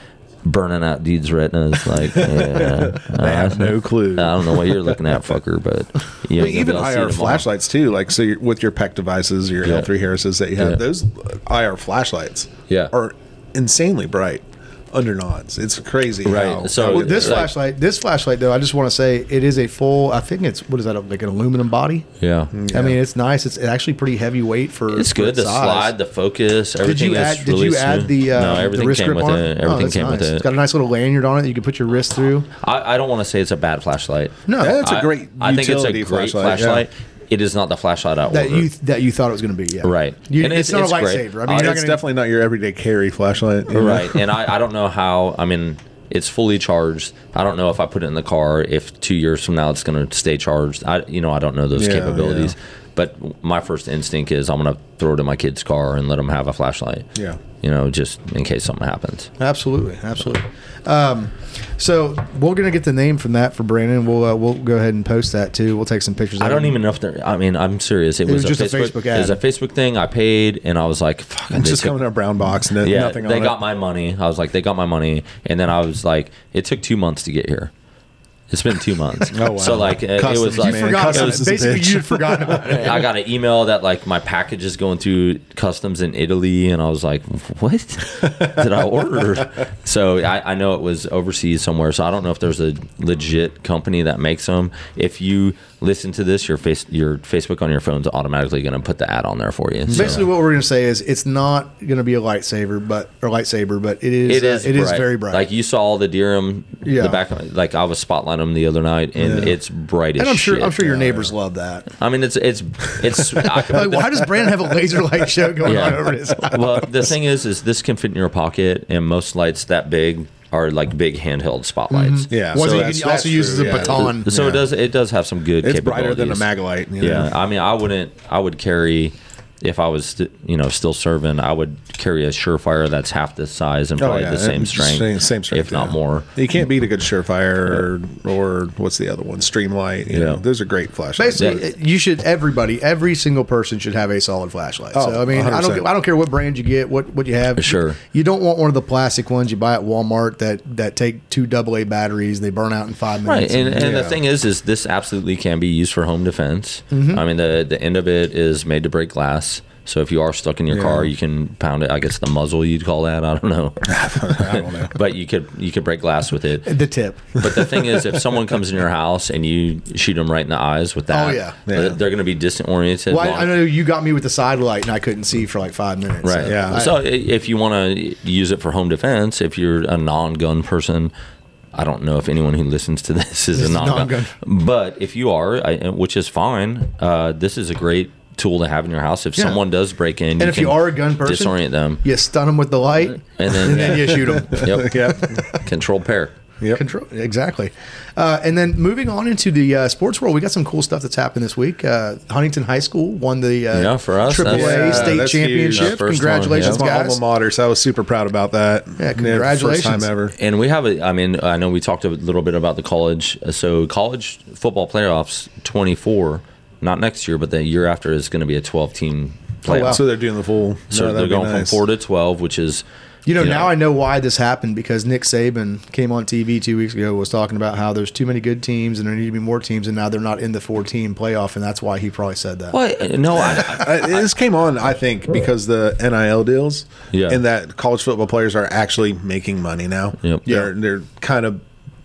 Speaker 2: burning out dudes' retinas.
Speaker 1: [laughs]
Speaker 2: Like, yeah, Uh,
Speaker 3: They have no clue.
Speaker 2: I don't know what you're looking at, fucker, but you
Speaker 3: But even IR flashlights too, like so you with your PEC devices, your
Speaker 2: Yeah.
Speaker 3: L3 Harrises that you have,
Speaker 2: Yeah.
Speaker 3: those IR flashlights
Speaker 2: Yeah.
Speaker 3: are insanely bright under nods. It's crazy.
Speaker 2: Right.
Speaker 3: How,
Speaker 2: So-
Speaker 3: how
Speaker 1: Well, this
Speaker 2: like-
Speaker 1: flashlight, this flashlight though, I just want to say it is a full. I think it's what is that like an aluminum body?
Speaker 2: Yeah.
Speaker 1: I mean, it's nice. It's actually pretty heavyweight for.
Speaker 2: It's
Speaker 1: for
Speaker 2: good. The
Speaker 1: size.
Speaker 2: slide, the focus, everything
Speaker 1: Did you
Speaker 2: is
Speaker 1: add? Did
Speaker 2: really
Speaker 1: you add
Speaker 2: smooth.
Speaker 1: the? Uh,
Speaker 2: no, everything
Speaker 1: the wrist
Speaker 2: came
Speaker 1: grip
Speaker 2: with
Speaker 1: on
Speaker 2: it.
Speaker 1: Oh,
Speaker 2: Everything
Speaker 1: that's
Speaker 2: came
Speaker 1: nice.
Speaker 2: with
Speaker 1: It's
Speaker 2: it.
Speaker 1: got a nice little lanyard on it. that You can put your wrist through.
Speaker 2: I, I don't want to say it's a bad flashlight.
Speaker 1: No,
Speaker 3: Yeah, it's a
Speaker 2: I-
Speaker 3: great
Speaker 2: I, think it's a
Speaker 3: utility
Speaker 2: great
Speaker 3: flashlight,
Speaker 2: flashlight.
Speaker 3: yeah.
Speaker 2: It is not the flashlight I
Speaker 1: that
Speaker 2: ordered.
Speaker 1: you that you thought it was going to be. Yeah.
Speaker 2: Right.
Speaker 1: You,
Speaker 2: And
Speaker 1: it's,
Speaker 2: it's-
Speaker 1: not
Speaker 2: it's
Speaker 1: a
Speaker 2: great.
Speaker 1: lifesaver. I mean, you're
Speaker 2: Uh,
Speaker 1: not
Speaker 3: it's
Speaker 1: gonna-
Speaker 3: definitely not your everyday carry flashlight. you know?
Speaker 2: right and I, I don't know how i mean it's fully charged i don't know if i put it in the car if two years from now it's going to stay charged i you know i don't know those
Speaker 3: Yeah,
Speaker 2: capabilities but my first instinct is i'm going to throw it in my kid's car and let them have a flashlight
Speaker 3: Yeah.
Speaker 2: you know just in case something happens
Speaker 1: Absolutely, absolutely. Um, So we're gonna get the name from that for Brandon. We'll uh, we'll go ahead and post that too. We'll take some pictures.
Speaker 2: I
Speaker 1: of
Speaker 2: don't
Speaker 1: it.
Speaker 2: even know if they're. I mean, I'm serious. It,
Speaker 1: was just a Facebook ad.
Speaker 2: It was a Facebook thing. I paid, [laughs] and I was like, "Fuck!"
Speaker 3: It's
Speaker 2: they
Speaker 3: just
Speaker 2: took-
Speaker 3: coming in a brown box and
Speaker 2: Yeah,
Speaker 3: nothing on
Speaker 2: they
Speaker 3: it.
Speaker 2: got my money. I was like, "They got my money," and then I was like, "It took two months to get here. It's been two months.
Speaker 3: [laughs] Oh, wow.
Speaker 2: So like, it, it
Speaker 3: Customs,
Speaker 2: was like."
Speaker 3: man.
Speaker 1: You forgot about
Speaker 3: Customs
Speaker 1: it.
Speaker 3: is a
Speaker 1: Basically,
Speaker 3: bitch.
Speaker 1: you had forgotten about it.
Speaker 2: I got an email that like my package is going through customs in Italy, and I was like, "What
Speaker 3: [laughs]
Speaker 2: did I order?" So I, I know it was overseas somewhere. So I don't know if there's a legit company that makes them. If you listen to this, your face your Facebook on your phone's automatically going to put the ad on there for you. So-
Speaker 1: [laughs] Basically, what we're gonna say is it's not gonna be a lightsaber, but or lightsaber, but it is.
Speaker 2: it
Speaker 1: uh,
Speaker 2: is
Speaker 1: it is very bright.
Speaker 2: Like you saw the Deerham,
Speaker 1: Yeah.
Speaker 2: the back. Like I was spotlighting them the other night, and
Speaker 1: Yeah.
Speaker 2: it's bright as
Speaker 1: and I'm sure
Speaker 2: shit. uh,
Speaker 1: I'm sure your neighbors love that.
Speaker 2: I mean, it's it's
Speaker 1: [laughs]
Speaker 2: it's. I could
Speaker 1: Like,
Speaker 2: put the-
Speaker 1: why does Brandon have a laser light show going on over
Speaker 2: [laughs]
Speaker 1: his?
Speaker 2: well, the thing is, is this can fit in your pocket, and most lights that big are like big handheld spotlights.
Speaker 3: Yeah.
Speaker 1: One that you
Speaker 3: so that's-
Speaker 1: can also
Speaker 3: that's
Speaker 1: use as a
Speaker 3: true, yeah.
Speaker 1: baton.
Speaker 2: So
Speaker 3: Yeah.
Speaker 2: it does it does have some good.
Speaker 3: It's brighter than a
Speaker 2: capabilities.
Speaker 3: mag light. You know?
Speaker 2: Yeah, I mean, I wouldn't. I would carry. If I was, st- you know, still serving, I would carry a Surefire that's half this size
Speaker 1: Oh,
Speaker 2: and probably
Speaker 3: Oh, yeah,
Speaker 2: the same
Speaker 3: it's
Speaker 2: strength,
Speaker 3: Same, same strength,
Speaker 2: if not
Speaker 3: yeah.
Speaker 2: more.
Speaker 3: You can't beat
Speaker 2: [laughs]
Speaker 3: a good Surefire or, or what's the other one? Streamlight. You
Speaker 2: Yeah.
Speaker 3: know, those are great flashlights.
Speaker 1: Basically,
Speaker 2: Yeah.
Speaker 1: you should everybody, every single person should have a solid flashlight.
Speaker 3: Oh,
Speaker 1: so I mean, I don't,
Speaker 3: 100%.
Speaker 1: I don't care what brand you get, what what you have.
Speaker 2: Sure.
Speaker 1: you don't want one of the plastic ones you buy at Walmart that that take two AA batteries, they burn out in five
Speaker 2: Right,
Speaker 1: minutes.
Speaker 2: and, and
Speaker 3: Yeah.
Speaker 2: the thing is, is this absolutely can be used for home defense. I mean, the the end of it is made to break glass. So if you are stuck in your car, you can pound it. I guess the muzzle you'd call that. I don't know,
Speaker 3: I don't know.
Speaker 2: but you could you could break glass with it.
Speaker 1: the
Speaker 2: [laughs]
Speaker 1: tip.
Speaker 2: But the thing is, if someone comes in your house and you shoot them right in the eyes with that,
Speaker 1: Oh, yeah.
Speaker 3: Yeah.
Speaker 2: they're, going to be distant oriented.
Speaker 1: Well, I, I know you got me with the side light, and I couldn't see for like five minutes.
Speaker 2: Right.
Speaker 1: So
Speaker 3: Yeah.
Speaker 1: I-
Speaker 2: So i- if you want to use it for home defense, if you're a non-gun person, I don't know if anyone who listens to [laughs] this is
Speaker 1: Is
Speaker 2: a non-gun.
Speaker 1: non-gun.
Speaker 2: But if you are, I, which is fine, uh, this is a great tool to have in your house. If
Speaker 1: Yeah.
Speaker 2: someone does break in, and
Speaker 1: if you are a gun person-
Speaker 2: disorient them,
Speaker 1: you stun them with the
Speaker 2: [laughs]
Speaker 1: light,
Speaker 2: and
Speaker 1: [laughs]
Speaker 2: then,
Speaker 1: and then you shoot them. [laughs]
Speaker 2: yep,
Speaker 3: Yep.
Speaker 2: control pair.
Speaker 3: Yep.
Speaker 1: Control exactly, uh, and then moving on into the uh, sports world, we got some cool stuff that's happened this week. Uh, Huntington High School won the uh,
Speaker 2: Yeah, for us,
Speaker 1: AAA
Speaker 2: that's-
Speaker 3: Yeah,
Speaker 1: state
Speaker 3: that's huge.
Speaker 1: championship.
Speaker 2: That's first one,
Speaker 1: Congratulations,
Speaker 3: That's my
Speaker 1: guys!
Speaker 3: alma mater, so I was super proud about that.
Speaker 1: Yeah,
Speaker 3: You know,
Speaker 1: congratulations.
Speaker 3: First time ever.
Speaker 2: And we have a, I mean, I know we talked a little bit about the college. Uh, So college football playoffs 24, not next year, but the year after is going to be a 12 team playoff.
Speaker 1: Oh, wow.
Speaker 3: So they're doing the full.
Speaker 2: So
Speaker 3: no, that'd
Speaker 2: they're
Speaker 3: be
Speaker 2: going
Speaker 3: nice.
Speaker 2: from four to twelve, which is
Speaker 1: You know,
Speaker 2: Yeah.
Speaker 1: now I know why this happened because Nick Saban came on TV two weeks ago was talking about how there's too many good teams and there need to be more teams, and now they're not in the four team playoff, and that's why he probably said that.
Speaker 2: what? No,
Speaker 3: [laughs]
Speaker 2: I,
Speaker 3: Uh, this came on, I think, because the NIL deals,
Speaker 2: Yeah.
Speaker 3: and that college football players are actually making money now.
Speaker 2: Yep.
Speaker 3: They're they're kind of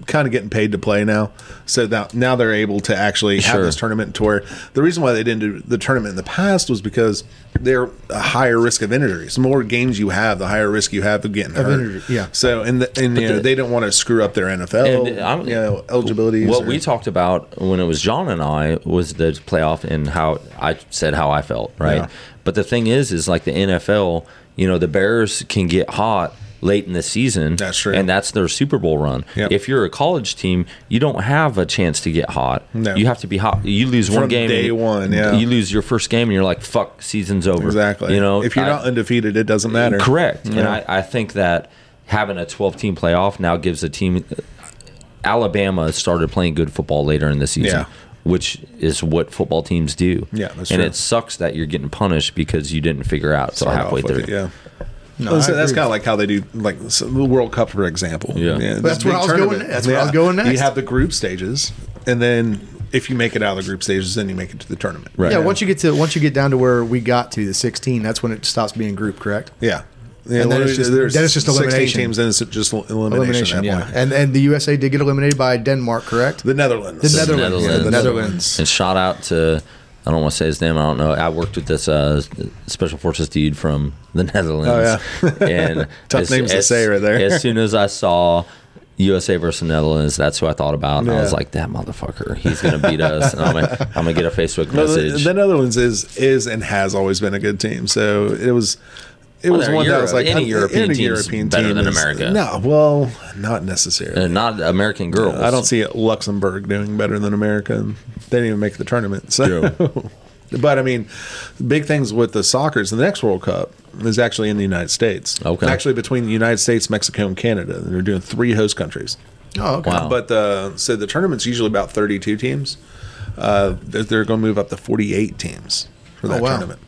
Speaker 3: kind of getting paid to play now. So that now they're able to actually have
Speaker 2: Sure.
Speaker 3: this tournament to where the reason why they didn't do the tournament in the past was because they're a higher risk of injuries. The more games you have, the higher risk you have of getting hurt.
Speaker 1: injury, yeah.
Speaker 3: So and the, and you know,
Speaker 2: the-
Speaker 3: they don't want to screw up their NFL
Speaker 2: And I'm-
Speaker 3: you know, eligibility.
Speaker 2: what we talked about when it was John and I was the playoff and how I said how I felt, right?
Speaker 3: Yeah.
Speaker 2: But the thing is, is like the NFL, you know, the Bears can get hot late in the season.
Speaker 3: That's true.
Speaker 2: and that's their Super Bowl run.
Speaker 3: Yep.
Speaker 2: If you're a college team, you don't have a chance to get hot.
Speaker 3: No.
Speaker 2: you have to be hot. You lose one
Speaker 3: From
Speaker 2: game
Speaker 3: day
Speaker 2: and-
Speaker 3: one, yeah.
Speaker 2: you lose your first game, and you're like, "Fuck, season's over."
Speaker 3: exactly.
Speaker 2: You know,
Speaker 3: if you're
Speaker 2: I-
Speaker 3: not undefeated, it doesn't matter.
Speaker 2: Correct. And
Speaker 3: Yeah.
Speaker 2: I, I think that having a 12 team playoff now gives a team. Alabama started playing good football later in the season,
Speaker 3: Yeah.
Speaker 2: which is what football teams do.
Speaker 3: Yeah, that's
Speaker 2: and
Speaker 3: true.
Speaker 2: it sucks that you're getting punished because you didn't figure out till
Speaker 3: start off
Speaker 2: halfway
Speaker 3: with
Speaker 2: through.
Speaker 3: it, yeah.
Speaker 1: No,
Speaker 3: Well,
Speaker 1: I
Speaker 3: so that's
Speaker 1: agree.
Speaker 3: kind of like how they do, like so the World Cup, for example.
Speaker 2: Yeah.
Speaker 3: the
Speaker 1: That's where
Speaker 3: big
Speaker 1: I was going
Speaker 3: tournament.
Speaker 1: next. That's where I was going next.
Speaker 3: You have the group stages, and then if you make it out of the group stages, then you make it to the tournament.
Speaker 2: Right.
Speaker 1: yeah, once you get to once you get down to where we got to the 16, that's when it stops being group, correct?
Speaker 3: Yeah. Yeah,
Speaker 1: And then
Speaker 3: well,
Speaker 1: it's just-
Speaker 3: there's
Speaker 1: then it's just
Speaker 3: 16
Speaker 1: elimination.
Speaker 3: teams, and it's just elimination,
Speaker 1: Elimination,
Speaker 3: at that
Speaker 1: yeah.
Speaker 3: point.
Speaker 1: And and the USA did get eliminated by Denmark, correct?
Speaker 3: The Netherlands.
Speaker 1: The Netherlands.
Speaker 2: Netherlands.
Speaker 1: Yeah, the
Speaker 2: The
Speaker 1: Netherlands.
Speaker 2: And shout out to I don't want to say his name. I don't know. I worked with this uh, special forces dude from the [laughs] Netherlands.
Speaker 3: Oh,
Speaker 2: and
Speaker 3: [laughs] Tough names to say right there.
Speaker 2: as soon as I saw USA versus Netherlands, that's who I thought about. And I was
Speaker 3: Yeah.
Speaker 2: like, that motherfucker, he's gonna beat us. And I'm
Speaker 3: [laughs]
Speaker 2: gonna, I'm gonna get a Facebook
Speaker 3: No, the,
Speaker 2: message.
Speaker 3: the Netherlands is is and has always been a good team. So it was. It
Speaker 2: Well,
Speaker 3: was
Speaker 2: they're
Speaker 3: one that
Speaker 2: Euro-
Speaker 3: was like
Speaker 2: any
Speaker 3: uh,
Speaker 2: European team's better than America.
Speaker 3: No, well, not necessarily.
Speaker 2: and Uh, not American girls.
Speaker 3: I don't see Luxembourg doing better than America. They didn't even make the tournament. [laughs] So, but I mean, big things with the soccer is the next World Cup is actually in the United States.
Speaker 2: Okay.
Speaker 3: actually between the United States, Mexico, and Canada, and they're doing three host countries.
Speaker 1: Oh, okay.
Speaker 2: Wow.
Speaker 3: But the so the tournament's usually about 32 teams. Uh, they're, going to move up to 48 teams for that
Speaker 1: Oh, wow.
Speaker 3: tournament.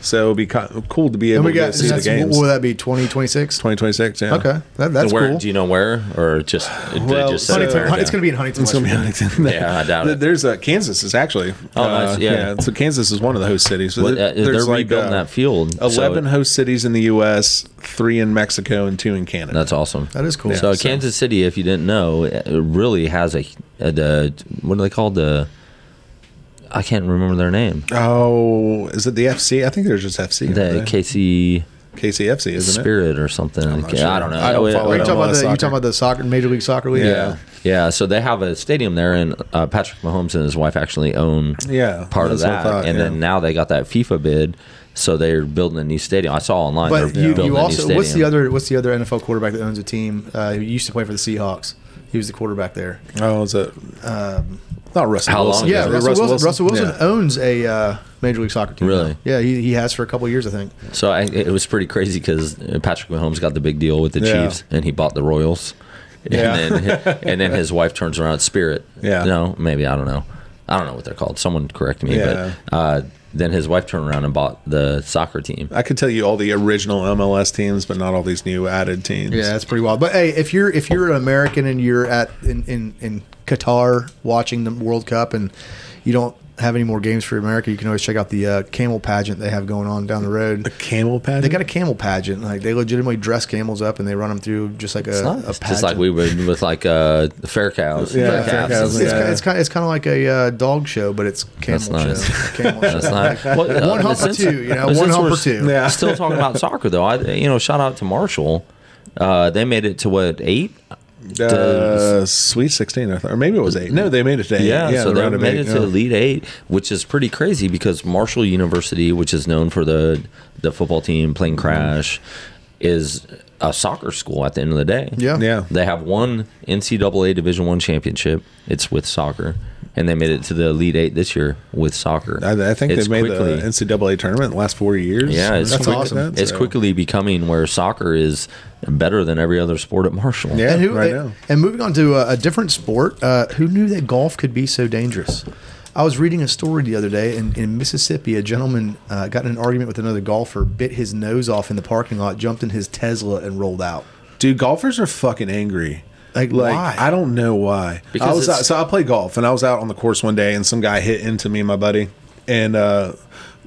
Speaker 3: So it'd be kind of cool to be able
Speaker 1: And we
Speaker 3: to go
Speaker 1: got,
Speaker 3: see the
Speaker 1: that's- what
Speaker 3: games.
Speaker 1: will that be, 2026?
Speaker 3: 2026. Yeah.
Speaker 1: Okay, that, that's
Speaker 2: And where
Speaker 1: cool.
Speaker 2: do you know where or just did they
Speaker 3: Well,
Speaker 2: just
Speaker 3: so-
Speaker 2: say
Speaker 1: Huntington,
Speaker 2: where?
Speaker 1: Hun- It's going to be [laughs] in Huntington.
Speaker 3: It's gonna be
Speaker 1: Washington.
Speaker 3: Huntington.
Speaker 2: Yeah, I doubt it.
Speaker 3: There's uh, Kansas is actually.
Speaker 2: Oh, nice.
Speaker 3: uh,
Speaker 2: Yeah.
Speaker 3: So Kansas is one of the host cities. So
Speaker 2: Well,
Speaker 3: there-
Speaker 2: uh, they're rebuilding that field, so
Speaker 3: Eleven
Speaker 2: it-
Speaker 3: host cities in the U.S., three in Mexico, and two in Canada.
Speaker 2: That's awesome.
Speaker 1: That is cool.
Speaker 2: So
Speaker 1: Yeah, so-
Speaker 2: Kansas City, if you didn't know, it really has a, a the what are they called the I can't remember their name.
Speaker 3: oh, is it the FC? I think there's just FC. over
Speaker 2: The
Speaker 3: there.
Speaker 2: KC
Speaker 3: KCFC, isn't
Speaker 2: Spirit or something.
Speaker 3: I'm not sure.
Speaker 2: I don't know.
Speaker 3: I don't
Speaker 2: It-
Speaker 3: follow
Speaker 1: Are
Speaker 2: it-
Speaker 1: you
Speaker 3: Wait,
Speaker 1: talking
Speaker 3: I'm
Speaker 1: about
Speaker 3: on
Speaker 1: the, you
Speaker 3: soccer.
Speaker 1: talking about the soccer major league soccer league?
Speaker 3: Yeah.
Speaker 2: Yeah, so they have a stadium there, and uh, Patrick Mahomes and his wife actually own
Speaker 3: Yeah,
Speaker 2: part of
Speaker 3: that's what I
Speaker 2: that.
Speaker 3: thought,
Speaker 2: and
Speaker 3: yeah.
Speaker 2: then now they got that FIFA bid, so they're building a new stadium. I saw online.
Speaker 1: But
Speaker 2: they're
Speaker 1: you,
Speaker 2: building
Speaker 1: you
Speaker 2: a new
Speaker 1: also what's the
Speaker 2: stadium.
Speaker 1: other what's the other NFL quarterback that owns a team? Uh, he used to play for the Seahawks. He was the quarterback there. Um,
Speaker 3: it? Oh, is it? Not Oh, Russell.
Speaker 2: How
Speaker 3: Wilson.
Speaker 2: long
Speaker 1: Yeah,
Speaker 2: ago?
Speaker 3: is it
Speaker 1: Russell, Wilson. Russell Wilson
Speaker 3: Yeah.
Speaker 1: owns a uh, major league soccer team.
Speaker 2: Really?
Speaker 1: Yeah, he, he has for a couple of years, I think.
Speaker 2: So I, it was pretty crazy because Patrick Mahomes got the big deal with the
Speaker 3: Yeah.
Speaker 2: Chiefs, and he bought the Royals.
Speaker 3: Yeah.
Speaker 2: And then, and then his wife turns around, Spirit.
Speaker 3: Yeah.
Speaker 2: No, maybe I don't know. I don't know what they're called. Someone correct me.
Speaker 3: Yeah.
Speaker 2: But uh, then his wife turned around and bought the soccer team.
Speaker 3: I could tell you all the original MLS teams, but not all these new added teams.
Speaker 1: Yeah, that's pretty wild. But hey, if you're if you're an American and you're at in in, in Qatar watching the World Cup and you don't have any more games for America, you can always check out the uh, camel pageant they have going on down the road.
Speaker 3: Camel pad.
Speaker 1: They got a camel pageant. Like they legitimately dress camels up and they run them through just like a,
Speaker 2: It's
Speaker 1: a
Speaker 2: nice.
Speaker 1: pageant.
Speaker 2: Just like we would with like uh, fair cows.
Speaker 3: Yeah,
Speaker 2: fair
Speaker 3: fair
Speaker 2: calves
Speaker 3: cows,
Speaker 2: and
Speaker 1: It's,
Speaker 2: stuff.
Speaker 1: ki- it's kind of, it's kind of like a uh, dog show, but it's camel
Speaker 2: That's nice.
Speaker 1: show. Camel
Speaker 2: [laughs] That's
Speaker 1: show.
Speaker 2: not uh,
Speaker 1: Like, one hump or two, you know, one hump or two.
Speaker 3: yeah.
Speaker 2: Still talking about soccer though. I you know shout out to Marshall. Uh, they made it to what eight?
Speaker 3: Uh, Sweet 16, I thought. Or maybe it was 8. No, they made it to 8.
Speaker 2: Yeah, so
Speaker 3: the
Speaker 2: they
Speaker 3: round of
Speaker 2: made
Speaker 3: eight,
Speaker 2: it
Speaker 3: yeah.
Speaker 2: to Elite Eight, which is pretty crazy because Marshall University, which is known for the the football team, plane
Speaker 3: Mm-hmm.
Speaker 2: crash, is a soccer school at the end of the day.
Speaker 1: Yeah.
Speaker 3: Yeah.
Speaker 2: They have one NCAA Division One championship. It's with soccer, and they made it to the Elite Eight this year with soccer.
Speaker 3: I, I think
Speaker 2: It's
Speaker 3: they've made
Speaker 2: quickly-
Speaker 3: the NCAA tournament in the last four years.
Speaker 2: Yeah, it's
Speaker 3: That's
Speaker 2: quick-
Speaker 3: awesome.
Speaker 2: It's
Speaker 3: So-
Speaker 2: quickly becoming where soccer is better than every other sport at Marshall.
Speaker 3: Yeah,
Speaker 1: And who?
Speaker 3: right
Speaker 1: and,
Speaker 3: now.
Speaker 1: and moving on to a, a different sport, uh, who knew that golf could be so dangerous? I was reading a story the other day in, in Mississippi. A gentleman uh, got in an argument with another golfer, bit his nose off in the parking lot, jumped in his Tesla, and rolled out.
Speaker 3: Dude, golfers are fucking angry.
Speaker 1: Like, why?
Speaker 3: I don't know why.
Speaker 2: Because
Speaker 3: I was
Speaker 2: it's-
Speaker 3: out, so I play golf, and I was out on the course one day, and some guy hit into me, my buddy, and uh,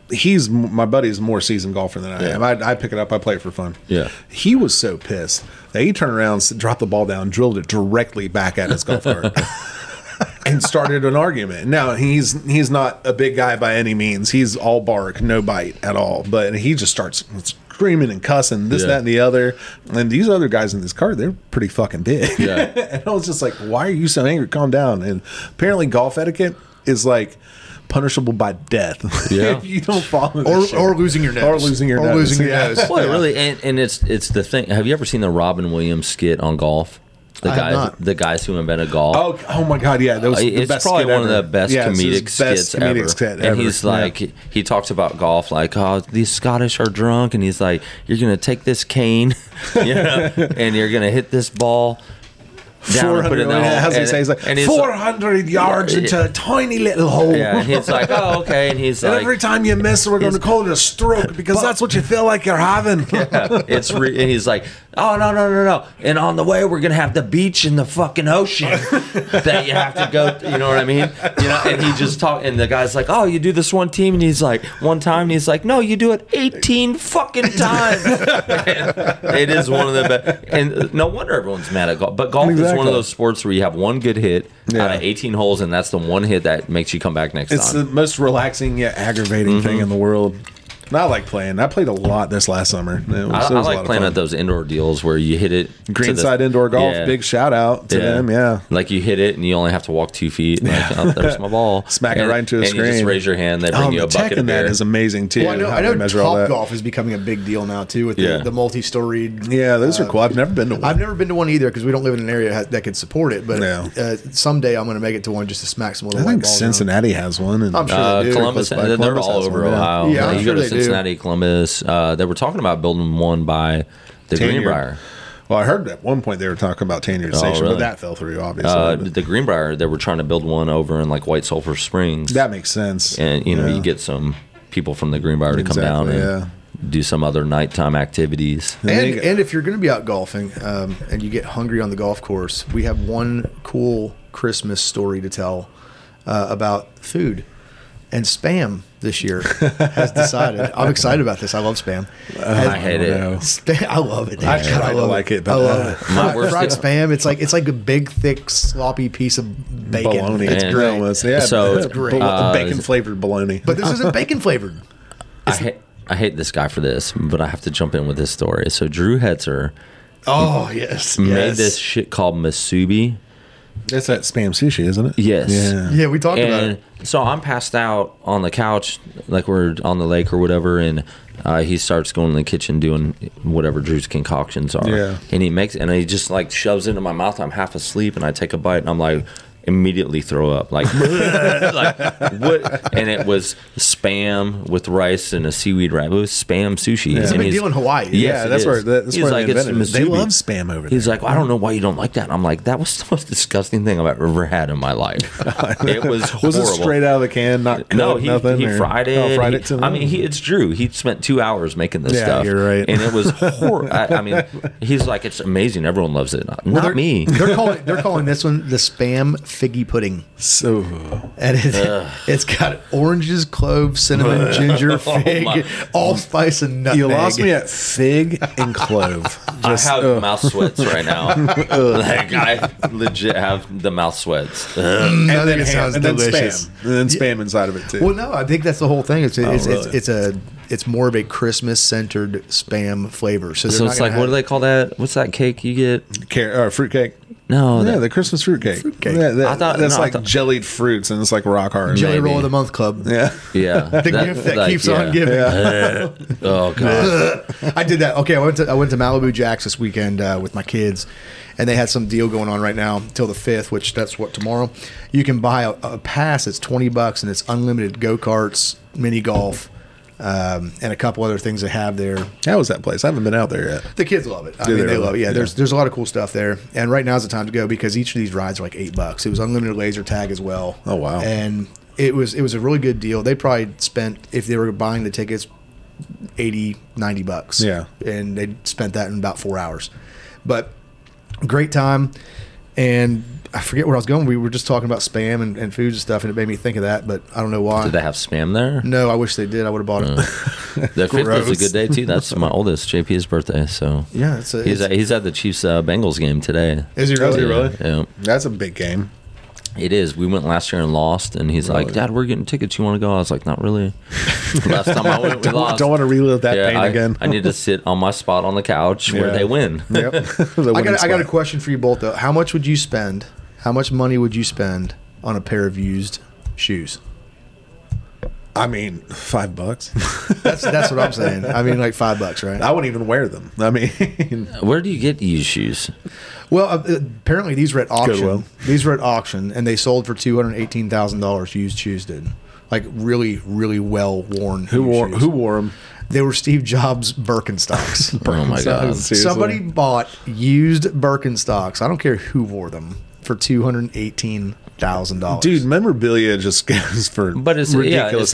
Speaker 3: he's my buddy's a more seasoned golfer than I
Speaker 2: Yeah.
Speaker 3: am. I, I pick it up, I play it for fun.
Speaker 2: Yeah.
Speaker 3: he was so pissed that he turned around, s- dropped the ball down, drilled it directly back at his golf cart.
Speaker 2: [laughs]
Speaker 3: And started an argument. Now he's he's not a big guy by any means. He's all bark, no bite at all. But he just starts screaming and cussing, this,
Speaker 2: Yeah.
Speaker 3: that, and the other. And these other guys in this car, they're pretty fucking big.
Speaker 2: Yeah.
Speaker 3: [laughs] and I was just like, why are you so angry? Calm down. And apparently, golf etiquette is like punishable by death [laughs]
Speaker 2: Yeah.
Speaker 3: if you don't follow this
Speaker 1: Or-
Speaker 3: shit.
Speaker 1: or losing your nose.
Speaker 3: Or losing your
Speaker 1: Or
Speaker 3: nose.
Speaker 1: losing your nose.
Speaker 3: [laughs]
Speaker 2: Well, it
Speaker 1: Yeah.
Speaker 2: really, and, and it's it's the thing. Have you ever seen the Robin Williams skit on golf? The
Speaker 1: I have
Speaker 2: guys,
Speaker 1: not.
Speaker 2: the guys who invented golf.
Speaker 3: Oh, oh my God! Yeah, that was the
Speaker 2: it's
Speaker 3: best
Speaker 2: probably
Speaker 3: skit
Speaker 2: one
Speaker 3: ever.
Speaker 2: of the best
Speaker 3: Yeah, it's his
Speaker 2: comedic skits
Speaker 3: comedic
Speaker 2: ever.
Speaker 3: skit ever.
Speaker 2: And he's
Speaker 3: Yeah.
Speaker 2: like, he talks about golf, like, oh, these Scottish are drunk, and he's like, you're gonna take this cane, [laughs] you
Speaker 3: [laughs]
Speaker 2: know, and you're gonna hit this ball. Down and put it in the
Speaker 3: 400
Speaker 2: hole.
Speaker 3: how's he
Speaker 2: And-
Speaker 3: say? He's like
Speaker 2: and he's
Speaker 3: four hundred yards into a tiny little hole.
Speaker 2: Yeah, and he's like, oh, okay, and he's
Speaker 3: [laughs] and
Speaker 2: like,
Speaker 3: every time you miss, we're going to
Speaker 2: He's-
Speaker 3: call it a stroke because that's what you feel like you're
Speaker 2: [laughs]
Speaker 3: having.
Speaker 2: it's re- and he's like, oh no no no no, and on the way we're gonna have the beach and the fucking ocean [laughs] that you have to go. You know what I mean? You know, and he just talk, and the guy's like, oh, you do this one team, and he's like, one time, and he's like, no, you do it eighteen fucking times. [laughs] it is one of the best, and uh, no wonder everyone's mad at golf. But golf is one
Speaker 3: Exactly.
Speaker 2: of those sports where you have one good hit out
Speaker 3: Yeah.
Speaker 2: of eighteen holes, and that's the one hit that makes you come back next
Speaker 3: It's
Speaker 2: time.
Speaker 3: the most relaxing yet aggravating
Speaker 2: Mm-hmm.
Speaker 3: thing in the world. And I like playing. I played a lot this last summer. It was- it
Speaker 2: I,
Speaker 3: was
Speaker 2: I
Speaker 3: a lot
Speaker 2: like
Speaker 3: of
Speaker 2: playing
Speaker 3: fun.
Speaker 2: at those indoor deals where you hit it to the-
Speaker 3: Greenside Indoor Golf.
Speaker 2: Yeah.
Speaker 3: Big shout out to them. Yeah.
Speaker 2: Like you hit it and you only have to walk two feet. Like, oh, there's my ball.
Speaker 3: [laughs] Smack it
Speaker 2: And-
Speaker 3: right into a
Speaker 2: and You just
Speaker 3: screen.
Speaker 2: raise your hand. They bring
Speaker 3: Um,
Speaker 2: you
Speaker 3: the
Speaker 2: a
Speaker 3: tech
Speaker 2: bucket
Speaker 3: in
Speaker 2: of beer.
Speaker 3: that is amazing too.
Speaker 1: Well, I know,
Speaker 3: how
Speaker 1: I
Speaker 3: they
Speaker 1: know
Speaker 3: measure all
Speaker 1: Top
Speaker 3: that.
Speaker 1: Golf is becoming a big deal now too with the,
Speaker 2: Yeah.
Speaker 1: the multi-storied.
Speaker 3: Yeah, those
Speaker 1: Uh,
Speaker 3: are cool. I've never been to one.
Speaker 1: I've never been to one either because we don't live in an area ha- that could support it. But
Speaker 3: No.
Speaker 1: uh, someday I'm going to make it to one just to smack some
Speaker 3: I
Speaker 1: little white
Speaker 3: think
Speaker 1: balls.
Speaker 3: Cincinnati has one. And
Speaker 1: I'm sure
Speaker 2: Uh,
Speaker 1: they do.
Speaker 2: Columbus,
Speaker 3: Close by.
Speaker 2: they're
Speaker 3: Columbus
Speaker 2: all
Speaker 3: has
Speaker 2: over
Speaker 3: one, yeah.
Speaker 2: Ohio.
Speaker 1: Yeah, I'm
Speaker 2: you
Speaker 1: sure
Speaker 2: go to
Speaker 1: they do.
Speaker 2: Cincinnati, Columbus. Uh, they were talking about building one by the
Speaker 3: Tanier.
Speaker 2: Greenbrier.
Speaker 3: Well, I heard at one point they were talking about tannerization,
Speaker 2: Oh, really?
Speaker 3: but that fell through, obviously.
Speaker 2: Uh,
Speaker 3: But
Speaker 2: the Greenbrier, they were trying to build one over in like White Sulphur Springs.
Speaker 3: that makes sense.
Speaker 2: and you know
Speaker 3: Yeah.
Speaker 2: you get some people from the Greenbrier to come down
Speaker 3: Exactly,
Speaker 2: and
Speaker 3: yeah.
Speaker 2: do some other nighttime activities.
Speaker 3: And
Speaker 1: And,
Speaker 3: they-
Speaker 1: and if you're going to be out golfing um, and you get hungry on the golf course, we have one cool Christmas story to tell uh, about food. And spam this year has decided. I'm excited about this. I love spam.
Speaker 2: I hate it.
Speaker 3: no.
Speaker 1: Spam, I love it.
Speaker 3: I try
Speaker 1: I
Speaker 3: to
Speaker 1: love
Speaker 3: like it, but,
Speaker 1: I love
Speaker 3: uh,
Speaker 1: it.
Speaker 2: My
Speaker 1: Fried,
Speaker 2: worst
Speaker 1: fried
Speaker 2: is-
Speaker 1: spam. It's like it's like a big, thick, sloppy piece of bacon.
Speaker 3: Bologna.
Speaker 1: It's
Speaker 2: And-
Speaker 1: great.
Speaker 3: Almost, yeah.
Speaker 2: So,
Speaker 3: It's
Speaker 1: great.
Speaker 3: bol-
Speaker 2: uh,
Speaker 3: bacon flavored bologna.
Speaker 1: But this isn't bacon flavored.
Speaker 2: I hate I hate this guy for this, but I have to jump in with this story. So Drew Hetzer
Speaker 1: [laughs] Oh yes,
Speaker 2: made
Speaker 1: yes.
Speaker 2: this shit called Masubi.
Speaker 3: that's that spam sushi, isn't it?
Speaker 2: Yes.
Speaker 3: Yeah.
Speaker 1: Yeah, we talked about
Speaker 2: And
Speaker 1: it.
Speaker 2: so I'm passed out on the couch, like we're on the lake or whatever, and uh, he starts going in the kitchen doing whatever Drew's concoctions are.
Speaker 3: Yeah.
Speaker 2: And he makes and he just like shoves it into my mouth. I'm half asleep, and I take a bite, and I'm like immediately throw up like, [laughs] like what and it was spam with rice and a seaweed wrap it was spam sushi
Speaker 1: It's a
Speaker 2: And
Speaker 1: big
Speaker 2: he's-
Speaker 1: deal in Hawaii.
Speaker 2: Yes,
Speaker 3: yeah,
Speaker 2: it
Speaker 3: that's
Speaker 2: is.
Speaker 3: where that's
Speaker 2: He's
Speaker 3: where
Speaker 2: like,
Speaker 3: they
Speaker 2: it's
Speaker 3: invented it. They
Speaker 2: Masubi.
Speaker 3: love spam over there.
Speaker 2: He's like, "Well, I don't know why you don't like that. I'm like, that was the most disgusting thing I've ever had in my life. [laughs] it was horrible.
Speaker 3: [laughs] was it straight out of the can? Not cut,
Speaker 2: no, he,
Speaker 3: nothing.
Speaker 2: he
Speaker 3: or-
Speaker 2: fried it.
Speaker 3: Oh, fried
Speaker 2: He-
Speaker 3: it to
Speaker 2: I mean, he, it's Drew. He spent two hours making this
Speaker 3: Yeah,
Speaker 2: stuff.
Speaker 3: you're right.
Speaker 2: And it was horrible. I, I
Speaker 3: [laughs]
Speaker 2: mean, he's like, it's amazing. Everyone loves it. Not, not
Speaker 1: they're,
Speaker 2: me.
Speaker 1: They're calling they're calling this one the spam figgy pudding.
Speaker 3: so
Speaker 1: And it, it's got oranges, clove,
Speaker 2: [laughs]
Speaker 1: cinnamon, ginger, fig,
Speaker 2: Oh my-
Speaker 1: allspice, and nutmeg.
Speaker 3: you lost me at fig and
Speaker 2: [laughs]
Speaker 3: clove. Just,
Speaker 2: I have
Speaker 3: ugh.
Speaker 2: mouth sweats right now.
Speaker 3: [laughs]
Speaker 2: like, I legit have the mouth sweats. Ugh.
Speaker 1: I
Speaker 3: and
Speaker 1: think
Speaker 3: then
Speaker 1: it
Speaker 3: ham,
Speaker 1: sounds
Speaker 3: and then
Speaker 1: delicious.
Speaker 3: spam, and then spam inside of it too.
Speaker 1: Well, no, I think that's the whole thing.
Speaker 2: Oh,
Speaker 1: It's it's,
Speaker 3: really?
Speaker 1: it's, it's a it's more of a Christmas centered spam flavor. So, they're
Speaker 2: So
Speaker 1: not
Speaker 2: it's
Speaker 1: gonna
Speaker 2: like, what
Speaker 1: have-
Speaker 2: do they call that? What's that cake you get?
Speaker 3: Car- or fruitcake.
Speaker 2: No,
Speaker 3: yeah,
Speaker 2: that-
Speaker 3: the Christmas Oh, fruitcake.
Speaker 1: Fruitcake.
Speaker 3: Yeah, that-
Speaker 2: uh, I thought-
Speaker 3: that's
Speaker 2: no, I
Speaker 3: like
Speaker 2: thought-
Speaker 3: jellied fruits, and it's like rock hard.
Speaker 1: Jelly
Speaker 2: maybe.
Speaker 1: Roll of the Month Club.
Speaker 3: Yeah, [laughs]
Speaker 2: Yeah,
Speaker 1: The gift that
Speaker 2: like,
Speaker 1: keeps
Speaker 2: yeah.
Speaker 1: on giving.
Speaker 2: Oh god.
Speaker 1: [laughs] I did that. Okay, I went to I went to Malibu Jacks this weekend uh, with my kids, and they had some deal going on right now till the fifth, which that's what tomorrow. You can buy a, a pass. It's twenty bucks, and it's unlimited go karts, mini golf, um, and a couple other things they have there.
Speaker 3: how was that place? I haven't been out there yet.
Speaker 1: The kids love it. I
Speaker 3: Do
Speaker 1: mean,
Speaker 3: they
Speaker 1: they
Speaker 3: really?
Speaker 1: love it. Yeah,
Speaker 3: Yeah.
Speaker 1: there's there's a lot of cool stuff there, and right now's the time to go because each of these rides are like eight bucks. It was unlimited laser tag as well.
Speaker 3: Oh, wow.
Speaker 1: And it was it was a really good deal. They probably spent if they were buying the tickets 80 90 bucks
Speaker 3: Yeah.
Speaker 1: and they spent that in about four hours but great time and i forget where i was going we were just talking about spam and, and foods and stuff and it made me think of that Uh, but i don't know why
Speaker 2: Did they have spam there?
Speaker 1: no i wish they did i would have bought it
Speaker 2: The fifth is a
Speaker 1: Gross.
Speaker 2: good day too. That's my oldest JP's birthday. So
Speaker 1: [laughs] yeah it's a, it's-
Speaker 2: he's at, he's at the Chiefs uh, Bengals game today.
Speaker 1: is it
Speaker 3: Is he
Speaker 1: really
Speaker 3: really?
Speaker 2: Yeah,
Speaker 3: That's a big game.
Speaker 2: it is. We went last year and lost, and he's like,
Speaker 3: Really?
Speaker 2: "Dad, we're getting tickets. You want to go?" I was like, "Not really." last time I went, we
Speaker 3: Don't,
Speaker 2: lost.
Speaker 3: don't want to relive that
Speaker 2: yeah,
Speaker 3: pain
Speaker 2: I,
Speaker 3: again.
Speaker 2: I need to sit on my spot on the couch where
Speaker 3: Yeah.
Speaker 2: they win.
Speaker 3: Yep. [laughs] The
Speaker 1: I
Speaker 3: winning
Speaker 1: got, I got a
Speaker 3: spot.
Speaker 1: question for you both though how much would you spend how much money would you spend on a pair of used shoes
Speaker 3: I mean, five bucks.
Speaker 1: that's that's what i'm saying i mean like five bucks right
Speaker 3: I wouldn't even wear them. I mean, [laughs]
Speaker 2: Where do you get used shoes?
Speaker 1: Well, uh, apparently these were at auction.
Speaker 3: Goodwill.
Speaker 1: These were at auction, and they sold for two hundred eighteen thousand dollars. Used shoes did, like really, really well worn.
Speaker 3: who wore who wore them?
Speaker 1: They were Steve Jobs Birkenstocks.
Speaker 3: [laughs]
Speaker 2: Oh my god!
Speaker 1: Somebody bought used Birkenstocks. I don't care who wore them for two hundred eighteen thousand dollars.
Speaker 3: dude, memorabilia just [laughs] goes for
Speaker 2: But it's yeah,
Speaker 3: ridiculous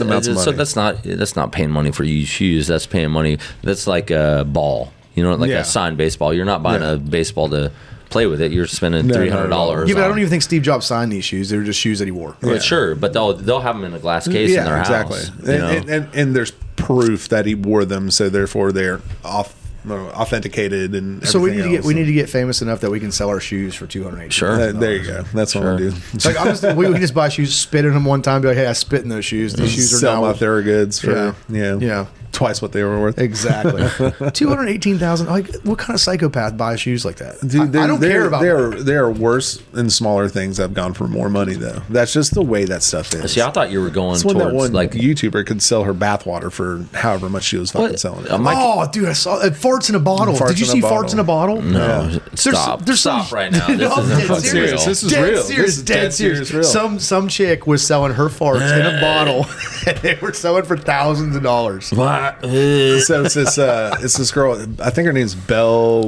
Speaker 2: it's-
Speaker 3: amounts
Speaker 2: it's-
Speaker 3: of
Speaker 2: So
Speaker 3: money.
Speaker 2: that's not that's not paying money for used shoes. That's paying money. That's like a ball. You know, like
Speaker 3: Yeah.
Speaker 2: a signed baseball. You're not buying
Speaker 3: Yeah.
Speaker 2: a baseball to play with it. You're spending
Speaker 3: No,
Speaker 2: three hundred
Speaker 3: no,
Speaker 2: dollars.
Speaker 1: yeah, but I don't even think Steve Jobs signed these shoes. They were just shoes that he wore.
Speaker 3: Yeah.
Speaker 2: Sure, but they'll they'll have them in a glass case in their house.
Speaker 3: And,
Speaker 2: you know?
Speaker 3: and, and, and there's proof that he wore them, so therefore they're off, no, authenticated and
Speaker 1: So we need to
Speaker 3: everything
Speaker 1: get we
Speaker 3: else.
Speaker 1: need to get famous enough that we can sell our shoes for two hundred eighteen.
Speaker 2: Sure.
Speaker 3: Uh, there you go. That's what I do.
Speaker 1: Like I'm just, we, we just buy shoes, spit in them one time, be like, hey, I spit in those shoes. These shoes are
Speaker 3: Mm-hmm. Sell
Speaker 1: now
Speaker 3: my
Speaker 1: worth
Speaker 3: Theragoods for
Speaker 1: Yeah.
Speaker 3: yeah.
Speaker 1: Yeah.
Speaker 3: twice what they were worth.
Speaker 1: Exactly.
Speaker 3: [laughs]
Speaker 1: 218,000. Like, what kind of psychopath buys shoes like that? I-
Speaker 3: Dude,
Speaker 1: I,
Speaker 3: there-
Speaker 1: don't
Speaker 3: there-
Speaker 1: care about
Speaker 3: there.
Speaker 1: that.
Speaker 3: Are, there are worse and smaller things that have gone for more money though. That's just the way that stuff is.
Speaker 2: See, I thought you were going
Speaker 3: That's when that
Speaker 2: towards
Speaker 3: one
Speaker 2: like
Speaker 3: YouTuber could sell her bathwater for however much she was fucking
Speaker 2: What?
Speaker 3: selling it.
Speaker 2: Uh, my-
Speaker 1: Oh, dude, I saw uh, farts in a bottle.
Speaker 3: Farts
Speaker 1: Did you
Speaker 3: in a
Speaker 1: see
Speaker 3: bottle.
Speaker 1: farts in a bottle?
Speaker 2: No,
Speaker 3: Yeah.
Speaker 2: stop. stop
Speaker 3: [laughs]
Speaker 2: right now.
Speaker 1: [laughs]
Speaker 2: This
Speaker 1: I'm
Speaker 2: is
Speaker 1: dead
Speaker 2: fucking
Speaker 3: serious.
Speaker 2: real.
Speaker 3: This is
Speaker 1: dead
Speaker 3: real.
Speaker 1: Serious,
Speaker 3: This is
Speaker 1: dead,
Speaker 3: dead
Speaker 1: serious.
Speaker 3: serious
Speaker 1: Some [laughs]
Speaker 3: real.
Speaker 1: some chick was selling her farts in a bottle, and they were selling for thousands of dollars.
Speaker 2: Why?
Speaker 3: [laughs]
Speaker 2: crap. Ugh.
Speaker 3: so it's this uh it's this girl i think her name's belle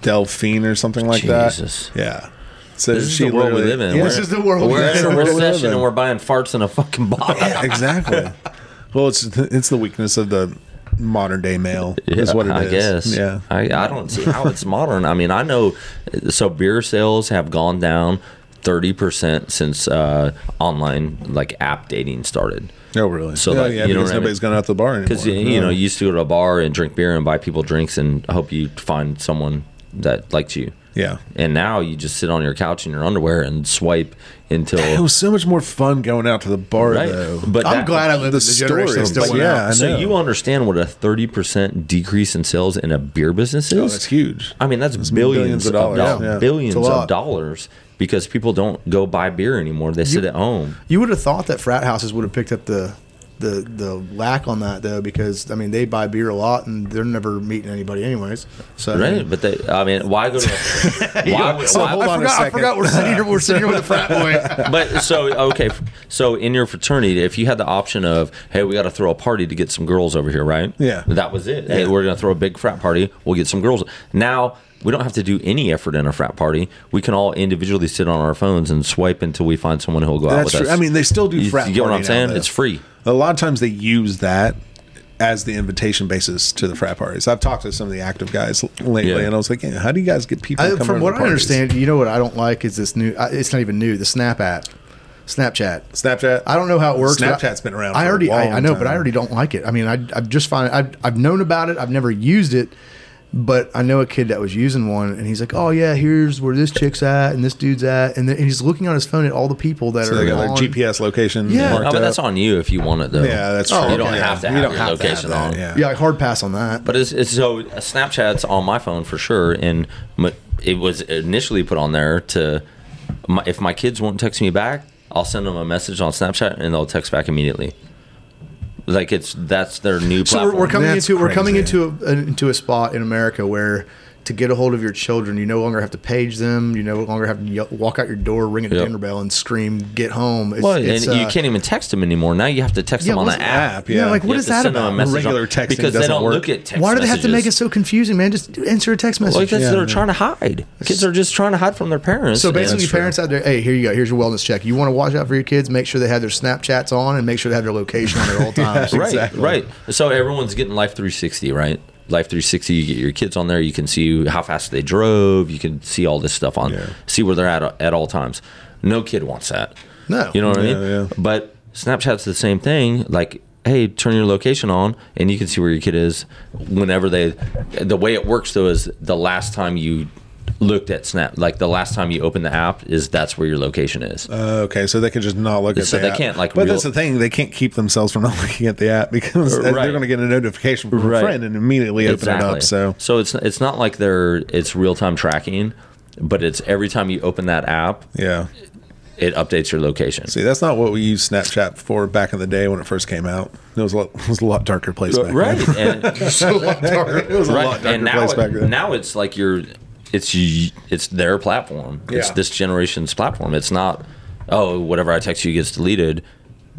Speaker 3: delphine or something like
Speaker 2: Jesus.
Speaker 3: that yeah so
Speaker 2: This is
Speaker 3: she
Speaker 2: the world we
Speaker 3: literally-
Speaker 2: live in.
Speaker 3: Yeah,
Speaker 2: We're-
Speaker 1: This is the world we
Speaker 2: We're
Speaker 1: live
Speaker 2: in
Speaker 3: in.
Speaker 2: a
Speaker 3: We're
Speaker 2: recession
Speaker 3: in.
Speaker 2: and we're buying farts in a
Speaker 3: [laughs]
Speaker 2: fucking bottle.
Speaker 3: Yeah, exactly well it's it's the weakness of the modern
Speaker 2: [laughs]
Speaker 3: day male is what it is.
Speaker 2: I guess.
Speaker 3: yeah
Speaker 2: I, I don't see how it's modern. I mean, I know. So beer sales have gone down thirty percent since uh, online like app dating started.
Speaker 3: oh really
Speaker 2: So,
Speaker 3: yeah,
Speaker 2: like,
Speaker 3: yeah
Speaker 2: you know
Speaker 3: because
Speaker 2: what I mean?
Speaker 3: nobody's going out to the bar anymore
Speaker 2: Because you know, you used to go to a bar and drink beer and buy people drinks and hope you find someone that liked you.
Speaker 3: yeah
Speaker 2: And now you just sit on your couch in your underwear and swipe until
Speaker 3: it was so much more fun going out to the bar
Speaker 2: right.
Speaker 3: though
Speaker 2: But
Speaker 1: I'm
Speaker 2: that-
Speaker 1: glad I lived in
Speaker 3: the
Speaker 1: the generation that
Speaker 3: stories,
Speaker 1: still
Speaker 3: like,
Speaker 1: went
Speaker 3: yeah,
Speaker 1: out.
Speaker 3: I
Speaker 2: So
Speaker 3: know.
Speaker 2: you understand what a thirty percent decrease in sales in a beer business is?
Speaker 3: oh, that's huge
Speaker 2: I mean, that's
Speaker 3: billions
Speaker 2: billions,
Speaker 3: of
Speaker 2: of
Speaker 3: dollars.
Speaker 2: dollars,
Speaker 3: Yeah. Yeah.
Speaker 2: billions
Speaker 1: It's a lot.
Speaker 2: of dollars, because people don't go buy beer anymore. They sit at home.
Speaker 1: You would have thought that frat houses would have picked up the the the lack on that though, because I mean they buy beer a lot and they're never meeting anybody anyways. So
Speaker 2: Right, but they, I mean, why
Speaker 3: [laughs]
Speaker 2: go to? Why, why,
Speaker 1: So hold
Speaker 2: would-
Speaker 1: on a second. I forgot we're sitting here. We're sitting here with a frat [laughs] boy.
Speaker 2: but so okay, f- so in your fraternity, if you had the option of, hey, we got to throw a party to get some girls over here, right?
Speaker 3: Yeah.
Speaker 2: that was it. Hey, we're gonna throw a big frat party. We'll get some girls. Now we don't have to do any effort in a frat party. We can all individually sit on our phones and swipe until we find someone who'll go out
Speaker 3: that's
Speaker 2: with
Speaker 3: true
Speaker 2: us.
Speaker 3: i mean they still do
Speaker 2: Oh, you,
Speaker 3: frat
Speaker 2: you get what
Speaker 3: party
Speaker 2: I'm
Speaker 3: now,
Speaker 2: saying?
Speaker 3: though.
Speaker 2: It's free.
Speaker 3: A lot of times they use that as the invitation basis to the frat parties. I've talked to some of the active guys l- lately,
Speaker 2: Yeah.
Speaker 3: and I was like, "Yeah, "How do you guys get people?"
Speaker 1: I,
Speaker 3: to come
Speaker 1: from
Speaker 3: over
Speaker 1: what
Speaker 3: to
Speaker 1: I
Speaker 3: parties?"
Speaker 1: understand, you know what I don't like is this new. I- It's not even new. The Snap app, Snapchat.
Speaker 3: Snapchat.
Speaker 1: I don't know how it works. but
Speaker 3: Snapchat's been around
Speaker 1: I
Speaker 3: for a
Speaker 1: already,
Speaker 3: long
Speaker 1: I, I know, but I
Speaker 3: time.
Speaker 1: already don't like it. I mean, I, I've just find I've, I've known about it. I've never used it, but I know a kid that was using one, and he's like, "Oh yeah, here's where this chick's at, and this dudede's at," and, then, and he's looking on his phone at all the people that
Speaker 3: So
Speaker 1: are
Speaker 3: they got
Speaker 1: on.
Speaker 3: their GPS location.
Speaker 1: Yeah.
Speaker 2: No,
Speaker 3: marked
Speaker 2: Oh, but that's
Speaker 3: up.
Speaker 2: on you if you want it though.
Speaker 3: Yeah, that's true.
Speaker 1: Oh,
Speaker 2: You don't
Speaker 1: okay.
Speaker 2: have to
Speaker 3: You
Speaker 2: have
Speaker 3: don't
Speaker 2: your
Speaker 3: have to have
Speaker 2: location
Speaker 3: that,
Speaker 2: on.
Speaker 3: yeah.
Speaker 1: Yeah, like hard pass on that.
Speaker 2: But it's, it's so Snapchat's on my phone for sure, and my, it was initially put on there to my, if my kids won't text me back, I'll send them a message on Snapchat and they'll text back immediately. Like it's that's their new
Speaker 1: So
Speaker 2: platform.
Speaker 1: we're, we're coming
Speaker 3: That's
Speaker 1: into we're coming
Speaker 3: crazy.
Speaker 1: into a, an- into a spot in America where to get a hold of your children, you no longer have to page them. You no longer have to yell, walk out your door, ring a
Speaker 2: Yep.
Speaker 1: dinner bell, and scream, "Get home!" It's,
Speaker 2: well, and
Speaker 1: it's,
Speaker 2: you
Speaker 1: uh,
Speaker 2: can't even text them anymore. Now you have to text
Speaker 1: Yeah,
Speaker 2: them on
Speaker 1: what's
Speaker 2: an
Speaker 1: the
Speaker 2: app.
Speaker 3: app? Yeah.
Speaker 1: Yeah, like what
Speaker 2: You
Speaker 1: is that
Speaker 2: have to send them a
Speaker 1: about?
Speaker 2: message
Speaker 3: Regular
Speaker 2: on-
Speaker 3: texting
Speaker 2: because they
Speaker 3: doesn't
Speaker 2: don't
Speaker 3: work.
Speaker 2: look at text.
Speaker 1: Why do they have to make it
Speaker 2: messages.
Speaker 1: so confusing, man? Just answer a text
Speaker 2: Well,
Speaker 1: message.
Speaker 2: because
Speaker 3: Yeah,
Speaker 2: they're
Speaker 3: yeah.
Speaker 2: trying to hide. Kids are just trying to hide from their parents.
Speaker 1: so
Speaker 2: and-
Speaker 1: basically, parents out there, hey, here you go. Here's your wellness check. You want to watch out for your kids? Make sure they have their Snapchats on and make sure they have their location on at
Speaker 2: [laughs]
Speaker 1: all times.
Speaker 2: right,
Speaker 3: Exactly.
Speaker 2: right. So everyone's getting Life 360, right? Life 360, you get your kids on there, you can see how fast they drove, you can see all this stuff on,
Speaker 3: Yeah.
Speaker 2: see where they're at at all times. No kid wants that.
Speaker 1: No.
Speaker 2: You know what
Speaker 3: Yeah,
Speaker 2: I mean?
Speaker 3: yeah.
Speaker 2: But Snapchat's the same thing. Like, hey, turn your location on and you can see where your kid is whenever they. The way it works though is the last time you looked at Snap, like the last time you open the app, is that's where your location is.
Speaker 3: Uh, okay, so they can just not look at.
Speaker 2: So
Speaker 3: the
Speaker 2: they
Speaker 3: app.
Speaker 2: can't, like,
Speaker 3: But
Speaker 2: real-
Speaker 3: that's the thing; they can't keep themselves from [laughs] not looking at the app because they're
Speaker 2: Right.
Speaker 3: going to get a notification from a
Speaker 2: Right.
Speaker 3: friend and immediately open it up. So
Speaker 2: it's it's not like they're it's real time tracking, but it's every time you open that app,
Speaker 3: yeah,
Speaker 2: it updates your location.
Speaker 3: see, that's not what we used Snapchat for back in the day when it first came out. It was a lot, [laughs] it was a lot darker place. Back
Speaker 2: right,
Speaker 3: then.
Speaker 2: and,
Speaker 3: [laughs] it was a
Speaker 2: right.
Speaker 3: lot darker
Speaker 2: and now
Speaker 3: place
Speaker 2: it-
Speaker 3: back then.
Speaker 2: now it's like your it's y- it's their platform. It's
Speaker 3: Yeah.
Speaker 2: this generation's platform. It's not oh whatever I text you gets deleted.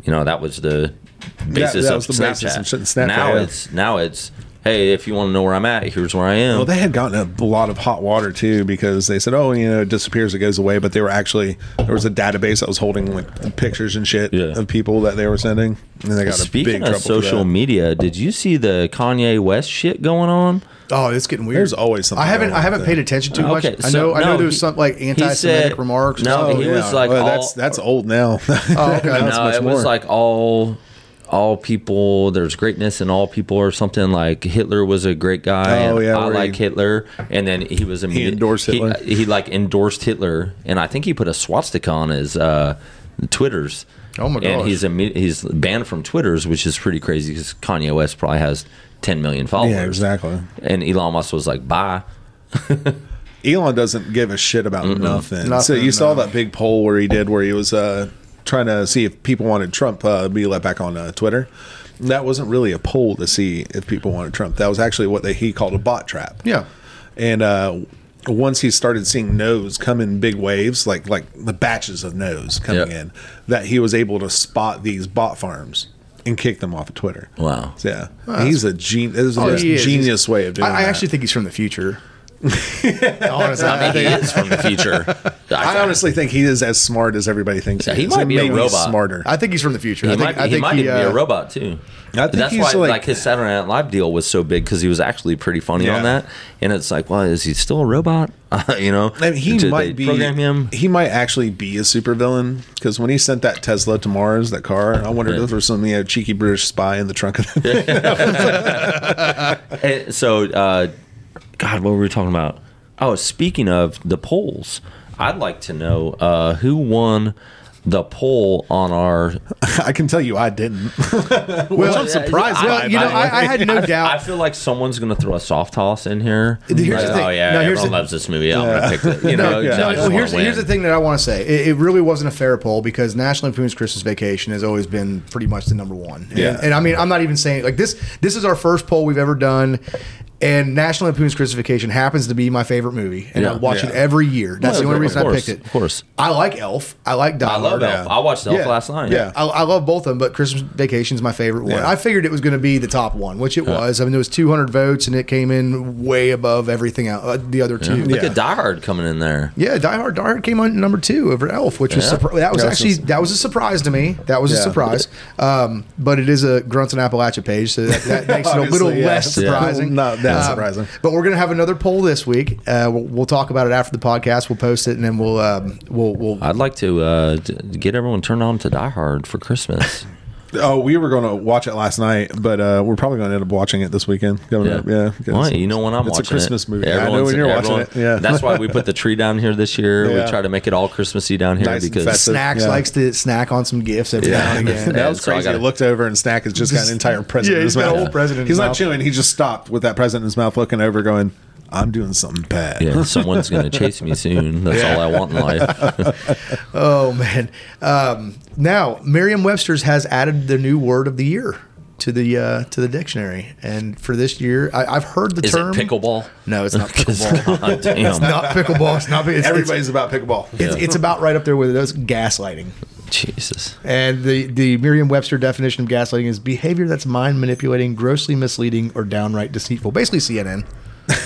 Speaker 2: You know that was the basis
Speaker 3: that
Speaker 2: of
Speaker 3: was the
Speaker 2: Snapchat.
Speaker 3: basis of Snapchat,
Speaker 2: Now
Speaker 3: yeah.
Speaker 2: it's now it's hey if you want to know where I'm at, here's where I am.
Speaker 3: Well, they had gotten a lot of hot water too because they said, "Oh, you know, it disappears, it goes away." But they were actually there was a database that was holding like pictures and shit
Speaker 2: Yeah.
Speaker 3: of people that they were sending, and they got a big
Speaker 2: Speaking
Speaker 3: trouble
Speaker 2: of
Speaker 3: for
Speaker 2: social
Speaker 3: that.
Speaker 2: media, did you see the Kanye West shit going on?
Speaker 1: Oh, it's getting weird.
Speaker 3: There's always something
Speaker 1: I haven't
Speaker 3: going on
Speaker 1: I haven't
Speaker 3: with
Speaker 1: paid
Speaker 3: it.
Speaker 1: attention to much.
Speaker 2: Okay,
Speaker 1: I know
Speaker 2: so-
Speaker 1: I know
Speaker 2: no,
Speaker 1: there's
Speaker 2: he-
Speaker 1: some like
Speaker 2: he
Speaker 1: anti-Semitic
Speaker 2: said-
Speaker 1: remarks. or
Speaker 2: no,
Speaker 1: something.
Speaker 3: Oh,
Speaker 2: he
Speaker 3: yeah.
Speaker 2: was like
Speaker 3: Well,
Speaker 2: all-
Speaker 3: that's that's old now. [laughs]
Speaker 1: Oh, okay.
Speaker 3: Now it's
Speaker 2: No,
Speaker 3: much
Speaker 2: it
Speaker 3: more.
Speaker 2: was like all all people. There's greatness in all people, or something like Hitler was a great guy.
Speaker 3: Oh,
Speaker 2: and
Speaker 3: yeah,
Speaker 2: I
Speaker 3: where
Speaker 2: like
Speaker 3: he-
Speaker 2: Hitler, and then he was immediate-
Speaker 3: endorsed Hitler?
Speaker 2: He, he, like endorsed Hitler, and I think he put a swastika on his uh, Twitter's.
Speaker 1: Oh, my
Speaker 2: And
Speaker 1: gosh.
Speaker 2: he's imme- he's banned from Twitter's, which is pretty crazy because Kanye West probably has 10 million followers.
Speaker 3: yeah, exactly.
Speaker 2: And Elon Musk was like, "Bye."
Speaker 3: Elon doesn't give a shit about nothing. So
Speaker 1: Nothing,
Speaker 3: you saw
Speaker 1: no.
Speaker 3: that big poll where he did, where he was uh, trying to see if people wanted Trump uh, be let back on uh, Twitter. That wasn't really a poll to see if people wanted Trump. That was actually what they, he called a bot trap.
Speaker 1: Yeah.
Speaker 3: And uh, once he started seeing no's come in big waves, like like the batches of no's coming
Speaker 2: Yeah.
Speaker 3: in, that he was able to spot these bot farms. and kicked them off of Twitter.
Speaker 2: Wow.
Speaker 3: So, yeah, he's a genius. It was the
Speaker 2: Oh,
Speaker 3: most
Speaker 1: Oh, he is.
Speaker 3: genius way of doing.
Speaker 1: I, I
Speaker 3: that.
Speaker 1: actually think he's from the
Speaker 2: [laughs]
Speaker 1: future. Honestly,
Speaker 2: I mean, he is from the future.
Speaker 3: [laughs] I honestly think he is as smart as everybody thinks.
Speaker 2: Yeah, he
Speaker 3: is.
Speaker 2: might be a
Speaker 3: maybe
Speaker 2: robot.
Speaker 3: Smarter.
Speaker 1: I think he's from the future.
Speaker 2: He
Speaker 1: I think,
Speaker 2: might, be,
Speaker 1: I think
Speaker 2: he might even be
Speaker 1: uh,
Speaker 2: a robot too.
Speaker 3: I think
Speaker 2: That's
Speaker 3: he's
Speaker 2: why
Speaker 3: like-
Speaker 2: like, his Saturday Night Live deal was so big because he was actually pretty funny
Speaker 3: Yeah.
Speaker 2: on that. And it's like, well, is he still a robot? [laughs] Uh, you know,
Speaker 3: I mean, he
Speaker 2: Did they
Speaker 3: might be.
Speaker 2: program [laughs] him.
Speaker 3: He might actually be a supervillain because when he sent that Tesla to Mars, that car, I wondered if there was some you know, cheeky British spy in the trunk of it.
Speaker 2: And so, uh, God, what were we talking about? Oh, speaking of the polls, I'd like to know uh, who won the poll on our.
Speaker 3: [laughs] I can tell you, I didn't. [laughs]
Speaker 1: Well,
Speaker 3: I'm surprised
Speaker 2: I-
Speaker 3: by,
Speaker 1: Well, you
Speaker 3: by
Speaker 1: know,
Speaker 3: the way.
Speaker 1: I, I had no doubt.
Speaker 2: [laughs] I feel like someone's going to throw a soft toss in here.
Speaker 1: Here's the
Speaker 2: Like,
Speaker 1: thing.
Speaker 2: Oh yeah,
Speaker 1: No, here's
Speaker 2: everyone
Speaker 1: the-
Speaker 2: loves this movie. I'm going to pick it. You know, I
Speaker 3: yeah. No,
Speaker 2: just
Speaker 1: well,
Speaker 2: wanna
Speaker 1: here's, here's the
Speaker 2: win.
Speaker 1: thing that I want to say. It, it really wasn't a fair poll because National Lampoon's Christmas Vacation has always been pretty much the number one. And-
Speaker 3: Yeah.
Speaker 1: And, I mean, I'm not even saying like this. This is our first poll we've ever done, and National Lampoon's Christmas Vacation happens to be my favorite movie, and I
Speaker 2: Yeah.
Speaker 1: watch it
Speaker 3: Yeah.
Speaker 1: every year. That's
Speaker 2: Well,
Speaker 1: the only
Speaker 2: of
Speaker 1: reason I
Speaker 2: course,
Speaker 1: picked it.
Speaker 2: of course.
Speaker 1: I like Elf. I like Die
Speaker 2: I love
Speaker 1: Hard.
Speaker 2: Elf. I watched Elf
Speaker 3: Yeah.
Speaker 2: last night.
Speaker 3: Yeah.
Speaker 1: I, I love both of them, but Christmas Vacation is my favorite one.
Speaker 3: Yeah.
Speaker 1: I figured it was going to be the top one, which it was. I mean, there was 200 votes, and it came in way above everything out, uh, the other two.
Speaker 2: Look
Speaker 3: Yeah.
Speaker 2: at Die Hard coming in there.
Speaker 1: Yeah, Die Hard. Die Hard came on number two over Elf, which was
Speaker 2: Yeah.
Speaker 1: surpri- that was
Speaker 3: That was
Speaker 1: actually
Speaker 3: a-
Speaker 1: that was a surprise to me. That was a
Speaker 3: Yeah.
Speaker 1: surprise. Um, but it is a Grunts and Appalachia page, so that, that makes it a little
Speaker 3: [laughs] Obviously, yeah.
Speaker 1: less
Speaker 3: Yeah.
Speaker 1: surprising.
Speaker 3: Not that
Speaker 1: Um,
Speaker 3: surprising.
Speaker 1: But we're gonna have another poll this week. Uh, we'll, we'll talk about it after the podcast. We'll post it, and then we'll um, we'll we'll.
Speaker 2: I'd like to uh, d- get everyone turned on to Die Hard for Christmas.
Speaker 3: Oh, we were going to watch it last night, but uh, we're probably going to end up watching it this weekend. Coming
Speaker 2: Yeah,
Speaker 3: up, [laughs] yeah. 'cause
Speaker 2: Why? You know when I'm
Speaker 3: it's
Speaker 2: watching
Speaker 3: a Christmas
Speaker 2: it,
Speaker 3: movie. I know
Speaker 2: everyone's-
Speaker 3: when you're
Speaker 2: everyone-
Speaker 3: watching it. Yeah,
Speaker 2: that's why we put the tree down here this year.
Speaker 3: Yeah.
Speaker 2: We try to make it all Christmassy down here
Speaker 3: Nice and
Speaker 2: because
Speaker 3: festive.
Speaker 1: Snacks
Speaker 3: yeah.
Speaker 1: likes to snack on some gifts every now and again.
Speaker 3: [laughs] that was
Speaker 2: so I
Speaker 3: crazy. I
Speaker 2: gotta-
Speaker 3: looked over and Snack has just got an entire present
Speaker 1: [laughs] Yeah,
Speaker 3: in his
Speaker 1: he's got a
Speaker 3: mouth.
Speaker 1: whole present in
Speaker 3: he's
Speaker 1: his
Speaker 3: not
Speaker 1: mouth.
Speaker 3: chewing. He just stopped with that present in his mouth, looking over, going, "I'm doing something bad."
Speaker 2: yeah, someone's going to chase me soon. That's all I want in
Speaker 3: [laughs]
Speaker 2: life.
Speaker 1: Oh man! Um, now Merriam-Webster's has added the new word of the year to the uh, to the dictionary, and for this year, I, I've heard the
Speaker 2: Is
Speaker 1: term
Speaker 2: it pickleball?
Speaker 1: No, it's not
Speaker 2: [laughs] 'Cause,
Speaker 1: pickleball.
Speaker 2: God damn.
Speaker 1: it's [laughs] not pickleball. It's not. It's, it's,
Speaker 3: Everybody's about pickleball.
Speaker 1: it's, it's about right up there with those gaslighting.
Speaker 2: Jesus.
Speaker 1: And the the Merriam-Webster definition of gaslighting is behavior that's mind manipulating, grossly misleading, or downright deceitful. Basically, CNN.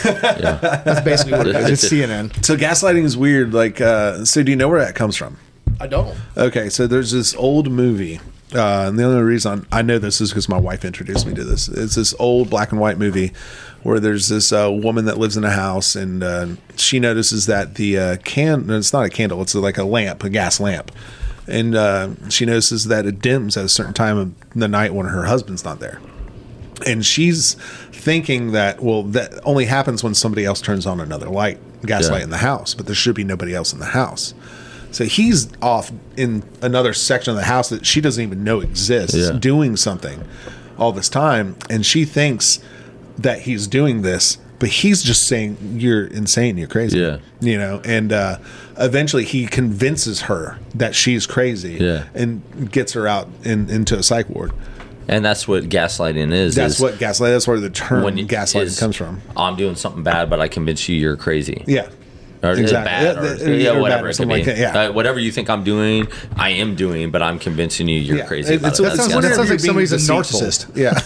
Speaker 2: Yeah.
Speaker 1: That's basically what it is. It's CNN.
Speaker 3: So gaslighting is weird. Like, uh, so do you know where that comes from?
Speaker 1: I don't.
Speaker 3: Okay, so there's this old movie. Uh, and the only reason I know this is because my wife introduced me to this. It's this old black and white movie where there's this uh, woman that lives in a house, and uh, she notices that the uh, can no, it's not a candle, it's like a lamp, a gas lamp, and uh, she notices that it dims at a certain time of the night when her husband's not there and she's thinking that well that only happens when somebody else turns on another light gas
Speaker 2: Yeah.
Speaker 3: light in the house but there should be nobody else in the house so he's off in another section of the house that she doesn't even know exists
Speaker 2: Yeah.
Speaker 3: doing something all this time and she thinks that he's doing this but he's just saying you're insane you're crazy
Speaker 2: Yeah.
Speaker 3: you know and uh, eventually he convinces her that she's crazy
Speaker 2: Yeah.
Speaker 3: and gets her out in, into a psych ward
Speaker 2: And that's what gaslighting is.
Speaker 3: that's
Speaker 2: is
Speaker 3: what gaslight. That's where the term
Speaker 2: when you-
Speaker 3: gaslighting
Speaker 2: is,
Speaker 3: comes from.
Speaker 2: I'm doing something bad, but I convince you you're crazy.
Speaker 3: Yeah,
Speaker 2: Or is it
Speaker 3: Exactly.
Speaker 2: bad,
Speaker 3: Yeah,
Speaker 2: or,
Speaker 3: the-
Speaker 2: yeah,
Speaker 3: yeah, or bad
Speaker 2: whatever it
Speaker 3: or
Speaker 2: could
Speaker 3: something
Speaker 2: be.
Speaker 3: like that, yeah.
Speaker 2: Uh, whatever you think I'm doing, I am doing, but I'm convincing you you're
Speaker 3: Yeah.
Speaker 2: crazy.
Speaker 3: It-
Speaker 2: about
Speaker 3: it's-
Speaker 2: it.
Speaker 1: that
Speaker 2: That's
Speaker 1: sounds-
Speaker 2: gaslighting.
Speaker 1: that sounds like
Speaker 3: being
Speaker 1: somebody's a
Speaker 3: deceitful.
Speaker 1: narcissist.
Speaker 3: Yeah,
Speaker 2: [laughs]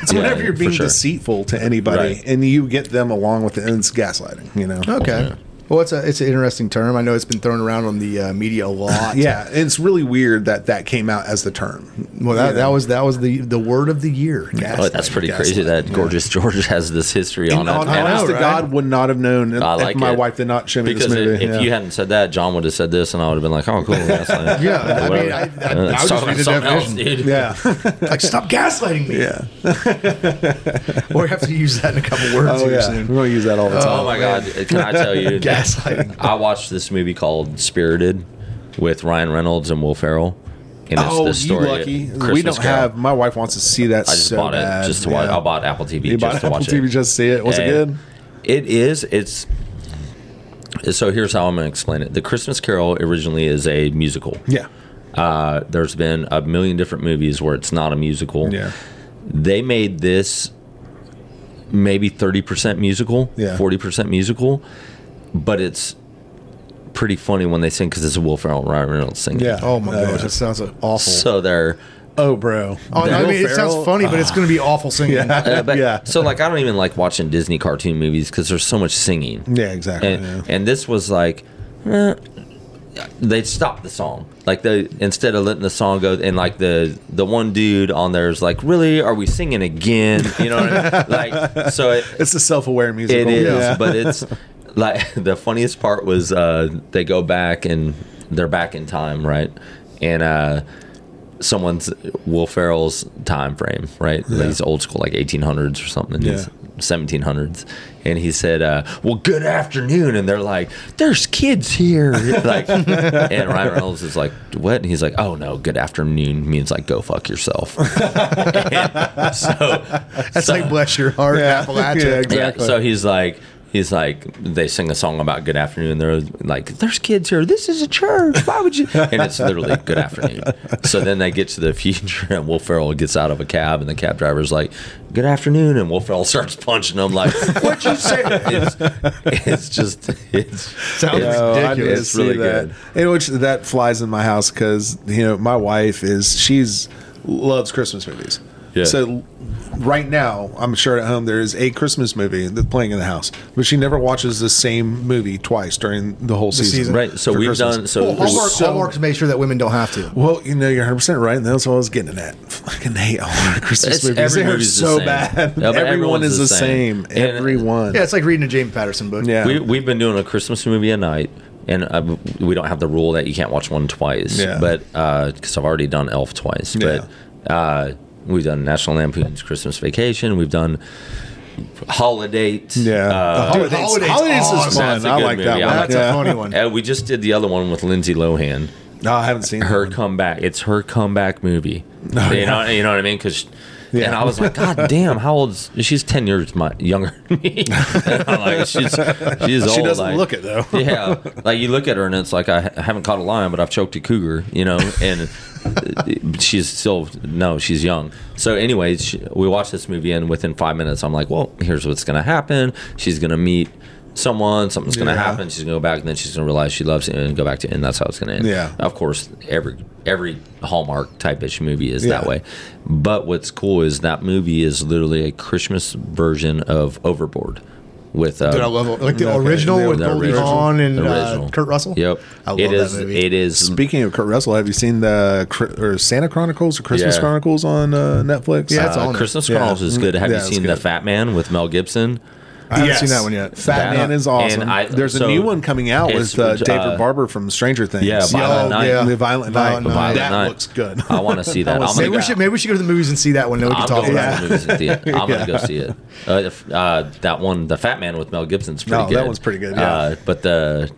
Speaker 3: it's
Speaker 2: Yeah,
Speaker 3: whenever you're
Speaker 2: for
Speaker 3: being
Speaker 2: sure.
Speaker 3: deceitful to anybody,
Speaker 2: Right. Oh,
Speaker 3: and you get them along with it, and it's gaslighting. You know.
Speaker 1: Okay. Well, it's a it's an interesting term. I know it's been thrown around on the uh, media a lot.
Speaker 3: Yeah, and it's really weird that that came out as the term.
Speaker 1: Well, that,
Speaker 3: You
Speaker 1: that
Speaker 3: know?
Speaker 1: was that was the the word of the year.
Speaker 2: Oh, that's pretty crazy that Gorgeous George [laughs] has this history on
Speaker 3: And
Speaker 2: it.
Speaker 3: hon-
Speaker 2: And-
Speaker 3: honest
Speaker 1: know,
Speaker 3: to
Speaker 1: right?
Speaker 3: God, would not have known if,
Speaker 2: I like
Speaker 3: if my
Speaker 2: it.
Speaker 3: wife did not show me
Speaker 2: because
Speaker 3: this movie.
Speaker 2: if
Speaker 3: yeah.
Speaker 2: you hadn't said that, John would have said this, and I would have been like,
Speaker 3: [laughs]
Speaker 2: "Oh, cool." gaslighting."
Speaker 1: Yeah, I mean,
Speaker 2: Whatever.
Speaker 1: I- I-
Speaker 2: Uh,
Speaker 1: I
Speaker 2: let's
Speaker 1: would
Speaker 2: talk
Speaker 1: just
Speaker 2: about
Speaker 1: read the
Speaker 2: something else,
Speaker 1: definition.
Speaker 2: dude. [laughs]
Speaker 3: yeah,
Speaker 1: Like, stop gaslighting me.
Speaker 3: yeah.
Speaker 1: We're gonna have to use that in a couple words
Speaker 3: Oh
Speaker 1: here
Speaker 3: yeah, we're
Speaker 1: soon.
Speaker 3: gonna use that all the time.
Speaker 2: Oh my god! Can I tell
Speaker 3: [laughs]
Speaker 2: you?
Speaker 1: [laughs]
Speaker 2: that
Speaker 1: Gaslighting.
Speaker 2: I watched this movie called Spirited with Ryan Reynolds and Will Ferrell, and it's
Speaker 3: Oh,
Speaker 2: the story.
Speaker 3: you lucky! we
Speaker 2: Christmas
Speaker 3: don't
Speaker 2: Carol.
Speaker 3: have. My wife wants to see that.
Speaker 2: I just
Speaker 3: so
Speaker 2: bought
Speaker 3: bad.
Speaker 2: it just to watch.
Speaker 3: Yeah.
Speaker 2: I bought Apple TV
Speaker 3: You
Speaker 2: just
Speaker 3: bought
Speaker 2: to
Speaker 3: Apple
Speaker 2: watch
Speaker 3: TV
Speaker 2: it.
Speaker 3: just to see it. Was it
Speaker 2: And
Speaker 3: good?
Speaker 2: It is. It's. So here's how I'm going to explain it. The Christmas Carol originally is a musical.
Speaker 3: Yeah.
Speaker 2: Uh, there's been a million different movies where it's not a musical.
Speaker 3: Yeah.
Speaker 2: They made this maybe 30% musical,
Speaker 3: Yeah.
Speaker 2: 40% musical, but it's pretty funny when they sing because it's a Will Ferrell and Ryan Reynolds singing.
Speaker 3: Yeah.
Speaker 1: Oh my
Speaker 3: Yeah.
Speaker 1: gosh, that sounds awful.
Speaker 2: So they're
Speaker 3: Uh, Oh, bro.
Speaker 1: Oh, no, I
Speaker 3: Will
Speaker 1: mean, it sounds
Speaker 3: Ferrell-
Speaker 1: funny, but it's going to be awful singing.
Speaker 2: Uh, but,
Speaker 3: Ah. [laughs] Yeah.
Speaker 2: So like, I don't even like watching Disney cartoon movies because there's so much singing.
Speaker 3: Yeah, exactly.
Speaker 2: And,
Speaker 3: yeah.
Speaker 2: and this was like, eh, they stopped the song. Like they instead of letting the song go, and like the the one dude on there is like, really, are we singing again? You know, what I mean? like so it,
Speaker 3: It's a self-aware
Speaker 2: it
Speaker 3: musical.
Speaker 2: is,
Speaker 3: Yeah.
Speaker 2: but
Speaker 3: [laughs]
Speaker 2: it's like [laughs] the funniest part was uh, they go back and they're back in time, right? And uh, someone's Will Ferrell's time frame, right?
Speaker 3: Yeah.
Speaker 2: He's old school, like 1800s or something.
Speaker 3: Yeah.
Speaker 2: He's 1700s, and he said, uh, "Well, good afternoon," and they're like, "There's kids here," [laughs] like, and Ryan Reynolds is like, "What?" And he's like, "Oh no, good afternoon means like go fuck yourself." [laughs] And so
Speaker 1: That's like bless your heart,
Speaker 3: Yeah.
Speaker 1: Appalachia.
Speaker 3: Yeah, exactly.
Speaker 2: yeah, so he's like, he's like, they sing a song about good afternoon. They're like, there's kids here. This is a church. Why
Speaker 3: [laughs]
Speaker 2: would you? And it's literally good afternoon. So then they get to the future, and Will Ferrell gets out of a cab, and the cab driver's like, good afternoon. And Will Ferrell starts punching him, like, what'd you say? It's, it's just, it's
Speaker 1: Sounds
Speaker 2: it's-
Speaker 1: ridiculous.
Speaker 3: I did
Speaker 2: It's really
Speaker 3: see that.
Speaker 2: good.
Speaker 3: And which that flies in my house because you know my wife is she's loves Christmas movies.
Speaker 2: Yeah.
Speaker 3: So right now, I'm sure at home there is a Christmas movie that's playing in the house, but she never watches the same movie twice during the whole season.
Speaker 1: season.
Speaker 2: Right. So
Speaker 3: for
Speaker 2: we've
Speaker 3: Christmas.
Speaker 2: done. So
Speaker 1: Well, Hallmark,
Speaker 3: So-
Speaker 1: Hallmark's made sure that women don't have to.
Speaker 3: Well, you know, you're 100 percent right, and that's what I was getting at. Fucking hate all our Christmas
Speaker 2: It's-
Speaker 3: movies.
Speaker 2: every
Speaker 3: They're
Speaker 2: movie's the
Speaker 3: so
Speaker 2: same.
Speaker 3: bad.
Speaker 2: Yeah, but
Speaker 3: Everyone
Speaker 2: everyone's
Speaker 3: is the
Speaker 2: the
Speaker 3: same.
Speaker 2: same. And- uh,
Speaker 3: Everyone.
Speaker 1: Yeah, it's like reading a James Patterson book.
Speaker 3: Yeah.
Speaker 2: we, we've been doing a Christmas movie a night, and uh, we don't have the rule that you can't watch one twice.
Speaker 3: Yeah.
Speaker 2: But because I've already done Elf twice, but uh, we've done National Lampoon's Christmas Vacation. We've done Holiday.
Speaker 3: Yeah.
Speaker 2: Uh,
Speaker 3: The
Speaker 1: Dude,
Speaker 3: holidays,
Speaker 1: Holidays-
Speaker 3: holidays is
Speaker 1: Holidays-
Speaker 3: fun.
Speaker 2: That's a
Speaker 3: I
Speaker 2: good
Speaker 3: like that
Speaker 2: movie. I
Speaker 3: one.
Speaker 2: like
Speaker 1: Oh, That's
Speaker 3: Yeah.
Speaker 1: a funny one.
Speaker 2: and we just did the other one with Lindsay Lohan.
Speaker 3: No, I haven't seen that
Speaker 2: Her
Speaker 3: one.
Speaker 2: comeback. It's her comeback
Speaker 3: [laughs]
Speaker 2: movie. you know. You know what I mean? Because.
Speaker 3: Oh, Yeah.
Speaker 2: And I was like,
Speaker 3: [laughs]
Speaker 2: God damn, how old? Is, she's ten years my, younger than me. [laughs] And I'm like, she's she's old.
Speaker 3: She doesn't
Speaker 2: like-
Speaker 3: look it though.
Speaker 2: [laughs] yeah, like you look at her and it's like I, ha- I haven't caught a lion, but I've choked a cougar, you know. And uh, [laughs] she's still no, she's young. So, anyways, she, we watched this movie, and within five minutes, I'm like, well, here's what's gonna happen. She's gonna meet someone. Something's gonna
Speaker 3: Yeah.
Speaker 2: happen. She's gonna go back, and then she's gonna realize she loves it and go back to. And that's how it's gonna end.
Speaker 3: Yeah.
Speaker 2: Of course, every every Hallmark type ish movie is
Speaker 3: Yeah.
Speaker 2: that way. But what's cool is that movie is literally a Christmas version of Overboard. With uh,
Speaker 1: Dude, I love it. Like the
Speaker 3: Okay.
Speaker 1: original
Speaker 3: The-
Speaker 1: with
Speaker 2: the
Speaker 1: Goldie
Speaker 2: original.
Speaker 1: Hawn and
Speaker 2: The
Speaker 1: uh,
Speaker 2: original.
Speaker 1: Kurt Russell.
Speaker 2: Yep.
Speaker 1: I love
Speaker 2: It
Speaker 1: that
Speaker 2: is-
Speaker 1: movie.
Speaker 2: It is.
Speaker 3: [laughs] Speaking of Kurt Russell, have you seen the Cri- or Santa Chronicles or Christmas
Speaker 2: Yeah.
Speaker 3: Chronicles on uh, Netflix?
Speaker 1: Yeah, it's
Speaker 2: Uh,
Speaker 1: on it.
Speaker 2: Christmas
Speaker 3: Yeah.
Speaker 2: Chronicles is good. Have
Speaker 3: Yeah,
Speaker 2: you
Speaker 3: it's
Speaker 2: seen
Speaker 3: good.
Speaker 2: The Fat Man with Mel Gibson?
Speaker 1: I haven't
Speaker 3: Yes.
Speaker 1: seen that one yet.
Speaker 3: Fat
Speaker 2: That-
Speaker 3: Man is awesome.
Speaker 2: and I-
Speaker 3: There's a
Speaker 2: so
Speaker 3: new one coming out with
Speaker 2: it's-
Speaker 3: uh, David
Speaker 2: uh,
Speaker 3: Barber from Stranger Things.
Speaker 2: Yeah,
Speaker 1: Violent Night.
Speaker 3: yeah. The Violent,
Speaker 1: Violent
Speaker 3: Night.
Speaker 1: Night.
Speaker 3: That
Speaker 2: Violent Night.
Speaker 3: looks good.
Speaker 2: I want to see that. I'm
Speaker 1: Maybe
Speaker 2: gonna
Speaker 1: we
Speaker 2: go,
Speaker 1: should maybe we should go to the movies and see that one. Then we can
Speaker 2: oh I'm
Speaker 1: talk
Speaker 2: going
Speaker 1: about
Speaker 2: to the movies and see it. I'm
Speaker 3: Yeah.
Speaker 2: gonna go see it. Uh, if, uh, that one, The Fat Man with Mel Gibson's pretty
Speaker 3: No, that
Speaker 2: good.
Speaker 3: one's pretty good, yeah.
Speaker 2: Uh, but the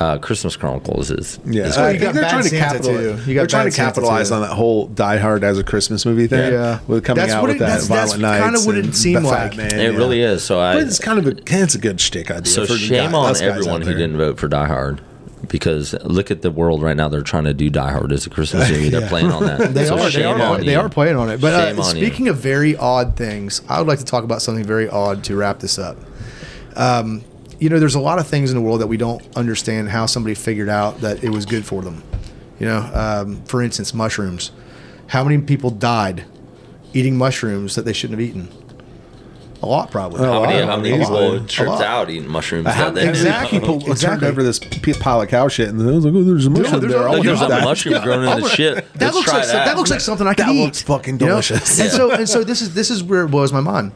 Speaker 2: uh, Christmas Chronicles is
Speaker 3: Yeah,
Speaker 2: is
Speaker 1: Uh,
Speaker 2: good.
Speaker 1: you got Bad Santa, too.
Speaker 3: capitalize.
Speaker 1: You got
Speaker 3: They're trying
Speaker 1: Bad
Speaker 3: to
Speaker 1: Santa,
Speaker 3: capitalize
Speaker 1: too.
Speaker 3: on that whole Die Hard as a Christmas movie thing.
Speaker 1: Yeah.
Speaker 3: with coming
Speaker 1: That's
Speaker 3: out
Speaker 1: what
Speaker 3: with
Speaker 1: it-
Speaker 3: that
Speaker 1: that's- that's
Speaker 3: Violent Night.
Speaker 1: kinda what it seemed like.
Speaker 2: It really is. So I.
Speaker 3: But it's kind of a it's a good shtick idea.
Speaker 2: So
Speaker 3: for
Speaker 2: shame
Speaker 3: guy-
Speaker 2: on
Speaker 3: us guys out
Speaker 2: everyone who
Speaker 3: there.
Speaker 2: didn't vote for Die Hard. Because look at the world right now; they're trying to do Die Hard as a Christmas movie. They're playing on that.
Speaker 1: [laughs] They
Speaker 2: So
Speaker 1: are. They
Speaker 2: shame
Speaker 1: are,
Speaker 2: on
Speaker 1: they
Speaker 2: you.
Speaker 1: are playing on it. But
Speaker 2: Shame
Speaker 1: uh,
Speaker 2: on you.
Speaker 1: speaking of very odd things, I would like to talk about something very odd to wrap this up. Um, you know, there's a lot of things in the world that we don't understand how somebody figured out that it was good for them. You know, um, for instance, mushrooms. How many people died eating mushrooms that they shouldn't have eaten? A lot, probably.
Speaker 2: How
Speaker 3: Oh,
Speaker 2: many,
Speaker 3: A lot.
Speaker 2: how many
Speaker 3: A lot.
Speaker 2: people
Speaker 1: A
Speaker 2: tripped
Speaker 1: lot.
Speaker 2: out eating mushrooms?
Speaker 3: How,
Speaker 2: that day?
Speaker 1: Exactly.
Speaker 3: exactly. People turned
Speaker 1: Exactly.
Speaker 3: over this p- pile of cow shit, and then it was like, "Oh, there's a mushroom
Speaker 1: there's
Speaker 3: there."
Speaker 1: a-
Speaker 3: I'll
Speaker 2: There's
Speaker 3: use
Speaker 2: a
Speaker 3: that.
Speaker 2: mushroom growing in the shit.
Speaker 1: That
Speaker 2: Let's
Speaker 1: looks
Speaker 2: try
Speaker 1: like some- that looks like something I could
Speaker 3: That
Speaker 1: eat.
Speaker 3: looks fucking
Speaker 1: you know?
Speaker 3: delicious.
Speaker 1: And so and so this is this is where it blows my mind.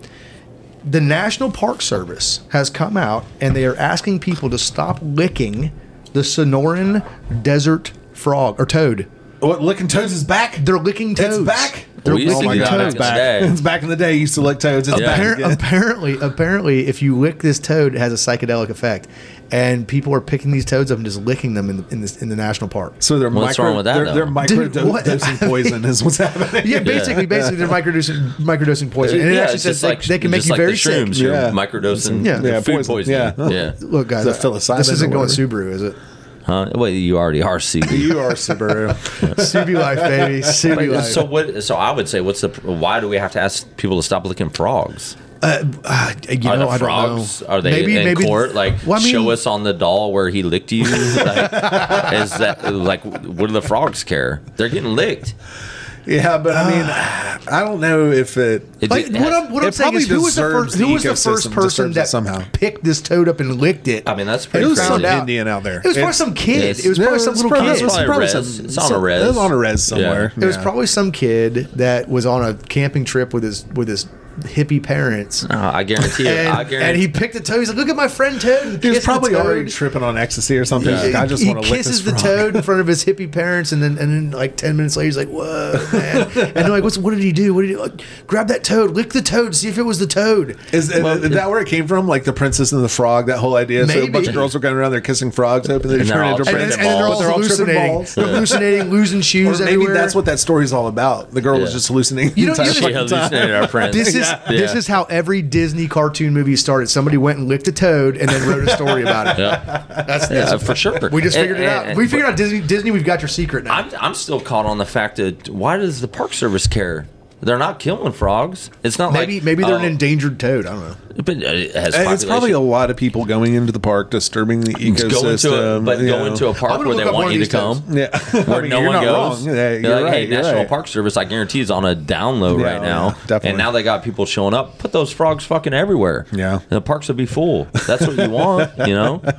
Speaker 1: The National Park Service has come out and they are asking people to stop licking the Sonoran desert frog or toad.
Speaker 3: What licking toads is back?
Speaker 1: They're licking toads.
Speaker 3: back?
Speaker 1: They're
Speaker 2: We used to
Speaker 1: licking
Speaker 2: do that
Speaker 1: toads.
Speaker 2: back in the day.
Speaker 3: It's back in the day. You used to lick toads. It's
Speaker 2: Yeah.
Speaker 3: back.
Speaker 1: Appar-
Speaker 3: again.
Speaker 1: apparently, apparently, if you lick this toad, it has a psychedelic effect, and people are picking these toads up and just licking them in the in, this, in the national park.
Speaker 3: So they're
Speaker 2: What's
Speaker 3: micro,
Speaker 2: wrong with that,
Speaker 3: They're,
Speaker 2: though?
Speaker 3: they're micro
Speaker 1: Dude, what?
Speaker 3: dosing poison is what's happening.
Speaker 1: Yeah, basically, basically, they're microdosing microdosing poison, and it actually says
Speaker 2: it's just
Speaker 1: they,
Speaker 2: like-
Speaker 1: they can make
Speaker 2: just
Speaker 1: you
Speaker 2: like
Speaker 1: very
Speaker 2: the
Speaker 1: sick.
Speaker 2: shrooms, you're
Speaker 3: Yeah.
Speaker 2: microdosing.
Speaker 1: Yeah.
Speaker 2: the
Speaker 3: Yeah,
Speaker 2: food
Speaker 3: poison,
Speaker 2: poisoning.
Speaker 3: yeah.
Speaker 2: yeah.
Speaker 1: Look, guys,
Speaker 3: Is it psilocybin
Speaker 1: this isn't
Speaker 3: or
Speaker 1: going
Speaker 3: whatever?
Speaker 1: Subaru, is it?
Speaker 2: Huh? Well, you already are CB.
Speaker 3: you are Subaru.
Speaker 1: Subi life, baby. Subi life.
Speaker 2: so what? So I would say, what's the? Why do we have to ask people to stop licking frogs?
Speaker 1: uh, you
Speaker 2: Are
Speaker 1: know,
Speaker 2: the
Speaker 1: I don't
Speaker 2: frogs?
Speaker 1: know.
Speaker 2: Are they in court? Like,
Speaker 1: Well, I mean,
Speaker 2: show us on the doll where he
Speaker 1: [laughs]
Speaker 2: licked you. like, is that like? What do the frogs care? They're getting licked.
Speaker 3: Yeah, but I mean, I don't know if it.
Speaker 2: It
Speaker 1: Like
Speaker 2: did-
Speaker 1: what I'm, what
Speaker 3: It
Speaker 1: I'm saying
Speaker 3: probably
Speaker 1: is, who was the
Speaker 3: deserves
Speaker 1: first?
Speaker 3: the
Speaker 1: Who was the
Speaker 3: ecosystem,
Speaker 1: first person
Speaker 3: deserves it
Speaker 1: that
Speaker 3: somehow.
Speaker 1: picked this toad up and licked it?
Speaker 2: I mean, that's
Speaker 1: And
Speaker 2: pretty
Speaker 1: it was
Speaker 2: crazy.
Speaker 1: some
Speaker 3: Some Indian out there.
Speaker 1: It was probably
Speaker 3: It's-
Speaker 1: some kid.
Speaker 2: Yes.
Speaker 1: It was
Speaker 2: No,
Speaker 1: probably some little
Speaker 3: probably-
Speaker 1: kid.
Speaker 2: it's probably
Speaker 3: probably
Speaker 2: res.
Speaker 3: some-
Speaker 2: It's on a
Speaker 3: some-
Speaker 2: res.
Speaker 3: It was on a res somewhere.
Speaker 1: It was
Speaker 3: Yeah.
Speaker 1: probably some kid that was on a camping trip with his with his hippie parents,
Speaker 2: Oh, I guarantee it. I
Speaker 1: and,
Speaker 2: guarantee.
Speaker 1: and he picked a toad. He's like, "Look at my friend Toad." and
Speaker 3: He was
Speaker 1: kissed the
Speaker 3: probably
Speaker 1: toad.
Speaker 3: already tripping on ecstasy or something.
Speaker 1: He-
Speaker 3: Like, I just
Speaker 1: he
Speaker 3: want to lick this
Speaker 1: kisses the
Speaker 3: frog.
Speaker 1: toad in front of his hippie parents, and then and then like ten minutes later, he's like, "Whoa, man!" and they're like, "What's what did he do? What did he uh, grab that toad? Lick the toad. See if it was the toad."
Speaker 3: Is, is that where it came from? Like the princess and the frog, that whole idea. So a bunch
Speaker 1: Maybe.
Speaker 3: of girls were going around there kissing frogs, hoping they
Speaker 2: And they're
Speaker 3: turn
Speaker 2: all
Speaker 3: into
Speaker 2: tripping
Speaker 1: And, then,
Speaker 3: balls.
Speaker 2: Brandon
Speaker 1: and then they're
Speaker 2: balls.
Speaker 1: all
Speaker 3: They're all tripping
Speaker 1: hallucinating,
Speaker 3: balls.
Speaker 1: They're hallucinating, losing
Speaker 3: Or
Speaker 1: shoes
Speaker 3: maybe
Speaker 1: everywhere.
Speaker 3: that's what that story's all about. The girl was
Speaker 2: Yeah.
Speaker 3: just hallucinating.
Speaker 1: You
Speaker 3: the
Speaker 1: don't
Speaker 3: entire
Speaker 1: usually
Speaker 2: she
Speaker 3: fucking time.
Speaker 2: hallucinated our friend.
Speaker 1: This is
Speaker 2: Yeah.
Speaker 1: this is how every Disney cartoon movie started. Somebody went and licked a toad and then wrote a story about it. That's,
Speaker 2: yeah,
Speaker 1: that's
Speaker 2: for sure.
Speaker 1: we just
Speaker 2: And-
Speaker 1: figured it
Speaker 2: and-
Speaker 1: out.
Speaker 2: and-
Speaker 1: we figured out Disney. Disney, we've got your secret now.
Speaker 2: I'm, I'm still caught on the fact that why does the Park Service care? They're not killing frogs. It's not
Speaker 1: maybe
Speaker 2: like
Speaker 1: maybe they're an
Speaker 2: oh,
Speaker 1: endangered toad. I don't know.
Speaker 2: But it has
Speaker 3: Uh, It's probably a
Speaker 2: population.
Speaker 3: lot of people going into the park, disturbing the ecosystem.
Speaker 2: go into a, but
Speaker 3: you
Speaker 2: go
Speaker 3: know.
Speaker 2: into a
Speaker 1: I'm
Speaker 2: park
Speaker 1: gonna
Speaker 2: where they
Speaker 1: look up one
Speaker 2: want
Speaker 1: of
Speaker 2: you to
Speaker 1: these times.
Speaker 2: come.
Speaker 3: yeah, [laughs]
Speaker 2: Where
Speaker 3: I mean,
Speaker 2: no
Speaker 3: you're
Speaker 2: one
Speaker 3: not
Speaker 2: goes.
Speaker 3: wrong. Yeah,
Speaker 2: They're
Speaker 3: you're
Speaker 2: like,
Speaker 3: right,
Speaker 2: hey,
Speaker 3: you're
Speaker 2: National
Speaker 3: right.
Speaker 2: Park Service, I guarantee is on a down low
Speaker 3: Yeah,
Speaker 2: right now.
Speaker 3: yeah, definitely.
Speaker 2: And now they got people showing up. Put those frogs fucking everywhere.
Speaker 3: Yeah.
Speaker 2: the parks would be full. That's what you want, you know?
Speaker 3: [laughs]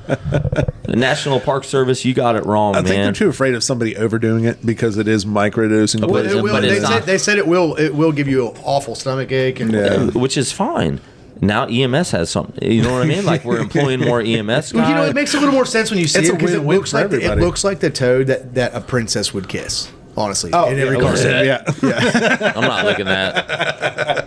Speaker 2: The National Park Service, you got it wrong,
Speaker 3: I think
Speaker 2: man.
Speaker 3: they're too afraid of somebody overdoing it because it is microdosing.
Speaker 2: But
Speaker 1: But
Speaker 2: it's-
Speaker 1: it will,
Speaker 2: but it's
Speaker 1: they,
Speaker 2: not-
Speaker 1: said, they said it will. It will give you an awful stomach ache and
Speaker 3: Yeah.
Speaker 2: Uh, Which is fine. Now EMS has something. You know what I mean? Like
Speaker 3: [laughs]
Speaker 2: we're employing more E EMS guys.
Speaker 1: Well, you know, it makes a little more sense when you see
Speaker 3: It's
Speaker 1: it
Speaker 3: a
Speaker 1: because it
Speaker 3: win-win
Speaker 1: looks
Speaker 3: for
Speaker 1: like the, it
Speaker 3: everybody.
Speaker 1: looks like the toad that, that a princess would kiss. Honestly,
Speaker 3: Oh,
Speaker 1: in every
Speaker 3: yeah,
Speaker 1: cartoon.
Speaker 2: yeah. [laughs]
Speaker 3: yeah.
Speaker 2: I'm not looking at.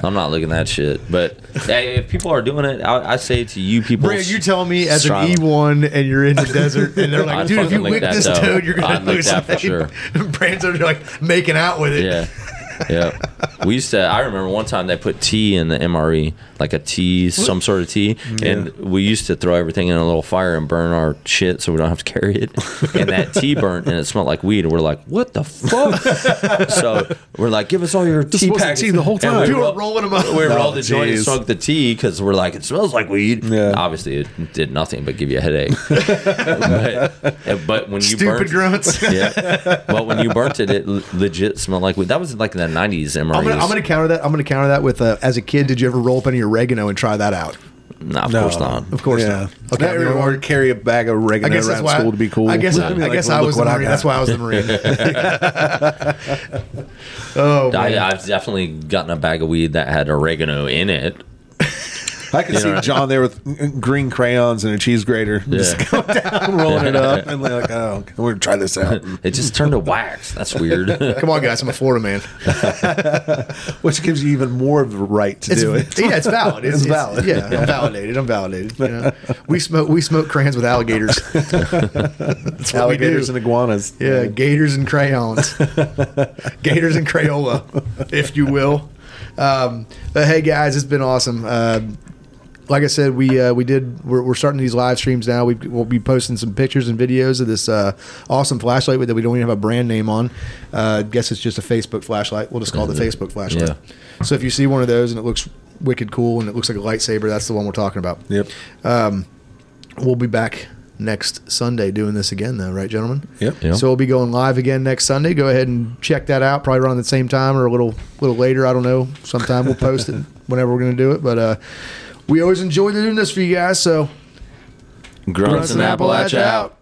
Speaker 2: I'm not looking at shit. But hey, if people are doing it, I, I say to you people,
Speaker 1: Brad, you tell me as
Speaker 2: strive.
Speaker 1: an E one and you're in the desert and
Speaker 2: [laughs]
Speaker 1: they're like,
Speaker 2: I'd
Speaker 1: dude, if you
Speaker 2: fucking lick
Speaker 1: lick
Speaker 2: that
Speaker 1: this
Speaker 2: toad.
Speaker 1: toad, you're gonna
Speaker 2: I'd lick
Speaker 1: lose
Speaker 2: that for
Speaker 1: weight. [laughs]
Speaker 2: sure.
Speaker 1: And Brand's over there like making out with it.
Speaker 2: Yeah, yeah. We used to. I remember one time they put tea in the MRE, like a tea, some sort of tea,
Speaker 3: Mm,
Speaker 2: and we used to throw everything in a little fire and burn our shit so we don't have to carry it. And
Speaker 3: [laughs]
Speaker 2: that tea burnt, and it smelled like weed. And we're like, "What the fuck?" so we're like, "Give us all your tea
Speaker 3: wasn't
Speaker 2: packs."
Speaker 3: tea the whole
Speaker 2: And
Speaker 3: time.
Speaker 2: we
Speaker 1: You were
Speaker 2: rolled-
Speaker 1: rolling them up.
Speaker 2: We
Speaker 3: Oh,
Speaker 2: rolled the joint and
Speaker 3: jeez.
Speaker 2: smoked the tea because we're like, it smells like weed.
Speaker 3: Yeah.
Speaker 2: Obviously, it did nothing but give you a
Speaker 3: [laughs]
Speaker 2: headache. but, but when you
Speaker 1: Stupid
Speaker 2: burnt,
Speaker 1: grunts.
Speaker 2: [laughs] yeah. But when you burnt it, it l- legit smelled like weed. That was like in the nineties. MREs.
Speaker 1: I'm gonna, I'm gonna counter that. I'm gonna counter that with uh, as a kid, did you ever roll up any oregano and try that out?
Speaker 2: nah, of
Speaker 3: No.
Speaker 2: course not.
Speaker 1: Of course
Speaker 3: yeah.
Speaker 1: not. Okay,
Speaker 3: Not
Speaker 1: I'm the
Speaker 3: everyone
Speaker 1: Marine.
Speaker 3: would carry a bag of
Speaker 1: I
Speaker 3: oregano
Speaker 1: guess that's
Speaker 3: around
Speaker 1: why.
Speaker 3: school to be cool.
Speaker 1: I guess I,
Speaker 3: I'd be
Speaker 1: I
Speaker 3: like,
Speaker 1: guess
Speaker 3: well,
Speaker 1: I
Speaker 3: look
Speaker 1: was the
Speaker 3: what
Speaker 1: marine.
Speaker 3: got.
Speaker 1: That's why I was the marine.
Speaker 2: [laughs]
Speaker 1: [laughs] oh, man.
Speaker 2: I, I've definitely gotten a bag of weed that had oregano in it.
Speaker 3: I could see John
Speaker 2: [laughs]
Speaker 3: there with green crayons and a cheese grater, just [laughs]
Speaker 2: Yeah.
Speaker 3: rolling it up, and they're like, "Oh, okay, we're gonna try
Speaker 2: [laughs]
Speaker 3: this out."
Speaker 2: it just turned to wax. That's weird. [laughs]
Speaker 1: Come on, guys. I'm a Florida man.
Speaker 3: Which gives you even more of a right to
Speaker 1: It's, [laughs]
Speaker 3: do it.
Speaker 1: Yeah, it's valid. It's,
Speaker 3: [laughs] It's
Speaker 1: it's-
Speaker 3: valid.
Speaker 1: yeah, I'm validated. I'm validated. You
Speaker 3: [laughs]
Speaker 1: know? we smoke we smoke crayons with alligators. That's what we do.
Speaker 3: Alligators and iguanas.
Speaker 1: yeah, gators and crayons, gators and Crayola, if you will. Um, but hey, guys, it's been awesome. Um like I said, we uh, we did. We're, we're starting these live streams now. We've, we'll be posting some pictures and videos of this uh, awesome flashlight that we don't even have a brand name on. Uh, I guess it's just a Facebook flashlight. We'll just call it the Facebook flashlight. So if you see one of those and it looks wicked cool and it looks like a lightsaber, that's the one we're talking about.
Speaker 3: Yep.
Speaker 1: We'll be back next Sunday doing this again, though, right, gentlemen?
Speaker 3: Yep.
Speaker 2: Yeah.
Speaker 1: So we'll be going live again next Sunday. Go ahead and check that out. Probably around the same time or a little little later. I don't know. Sometime we'll post it [laughs] whenever we're going to do it. But uh, we always enjoy doing this for you guys. So
Speaker 2: Grunts and Appalachia out.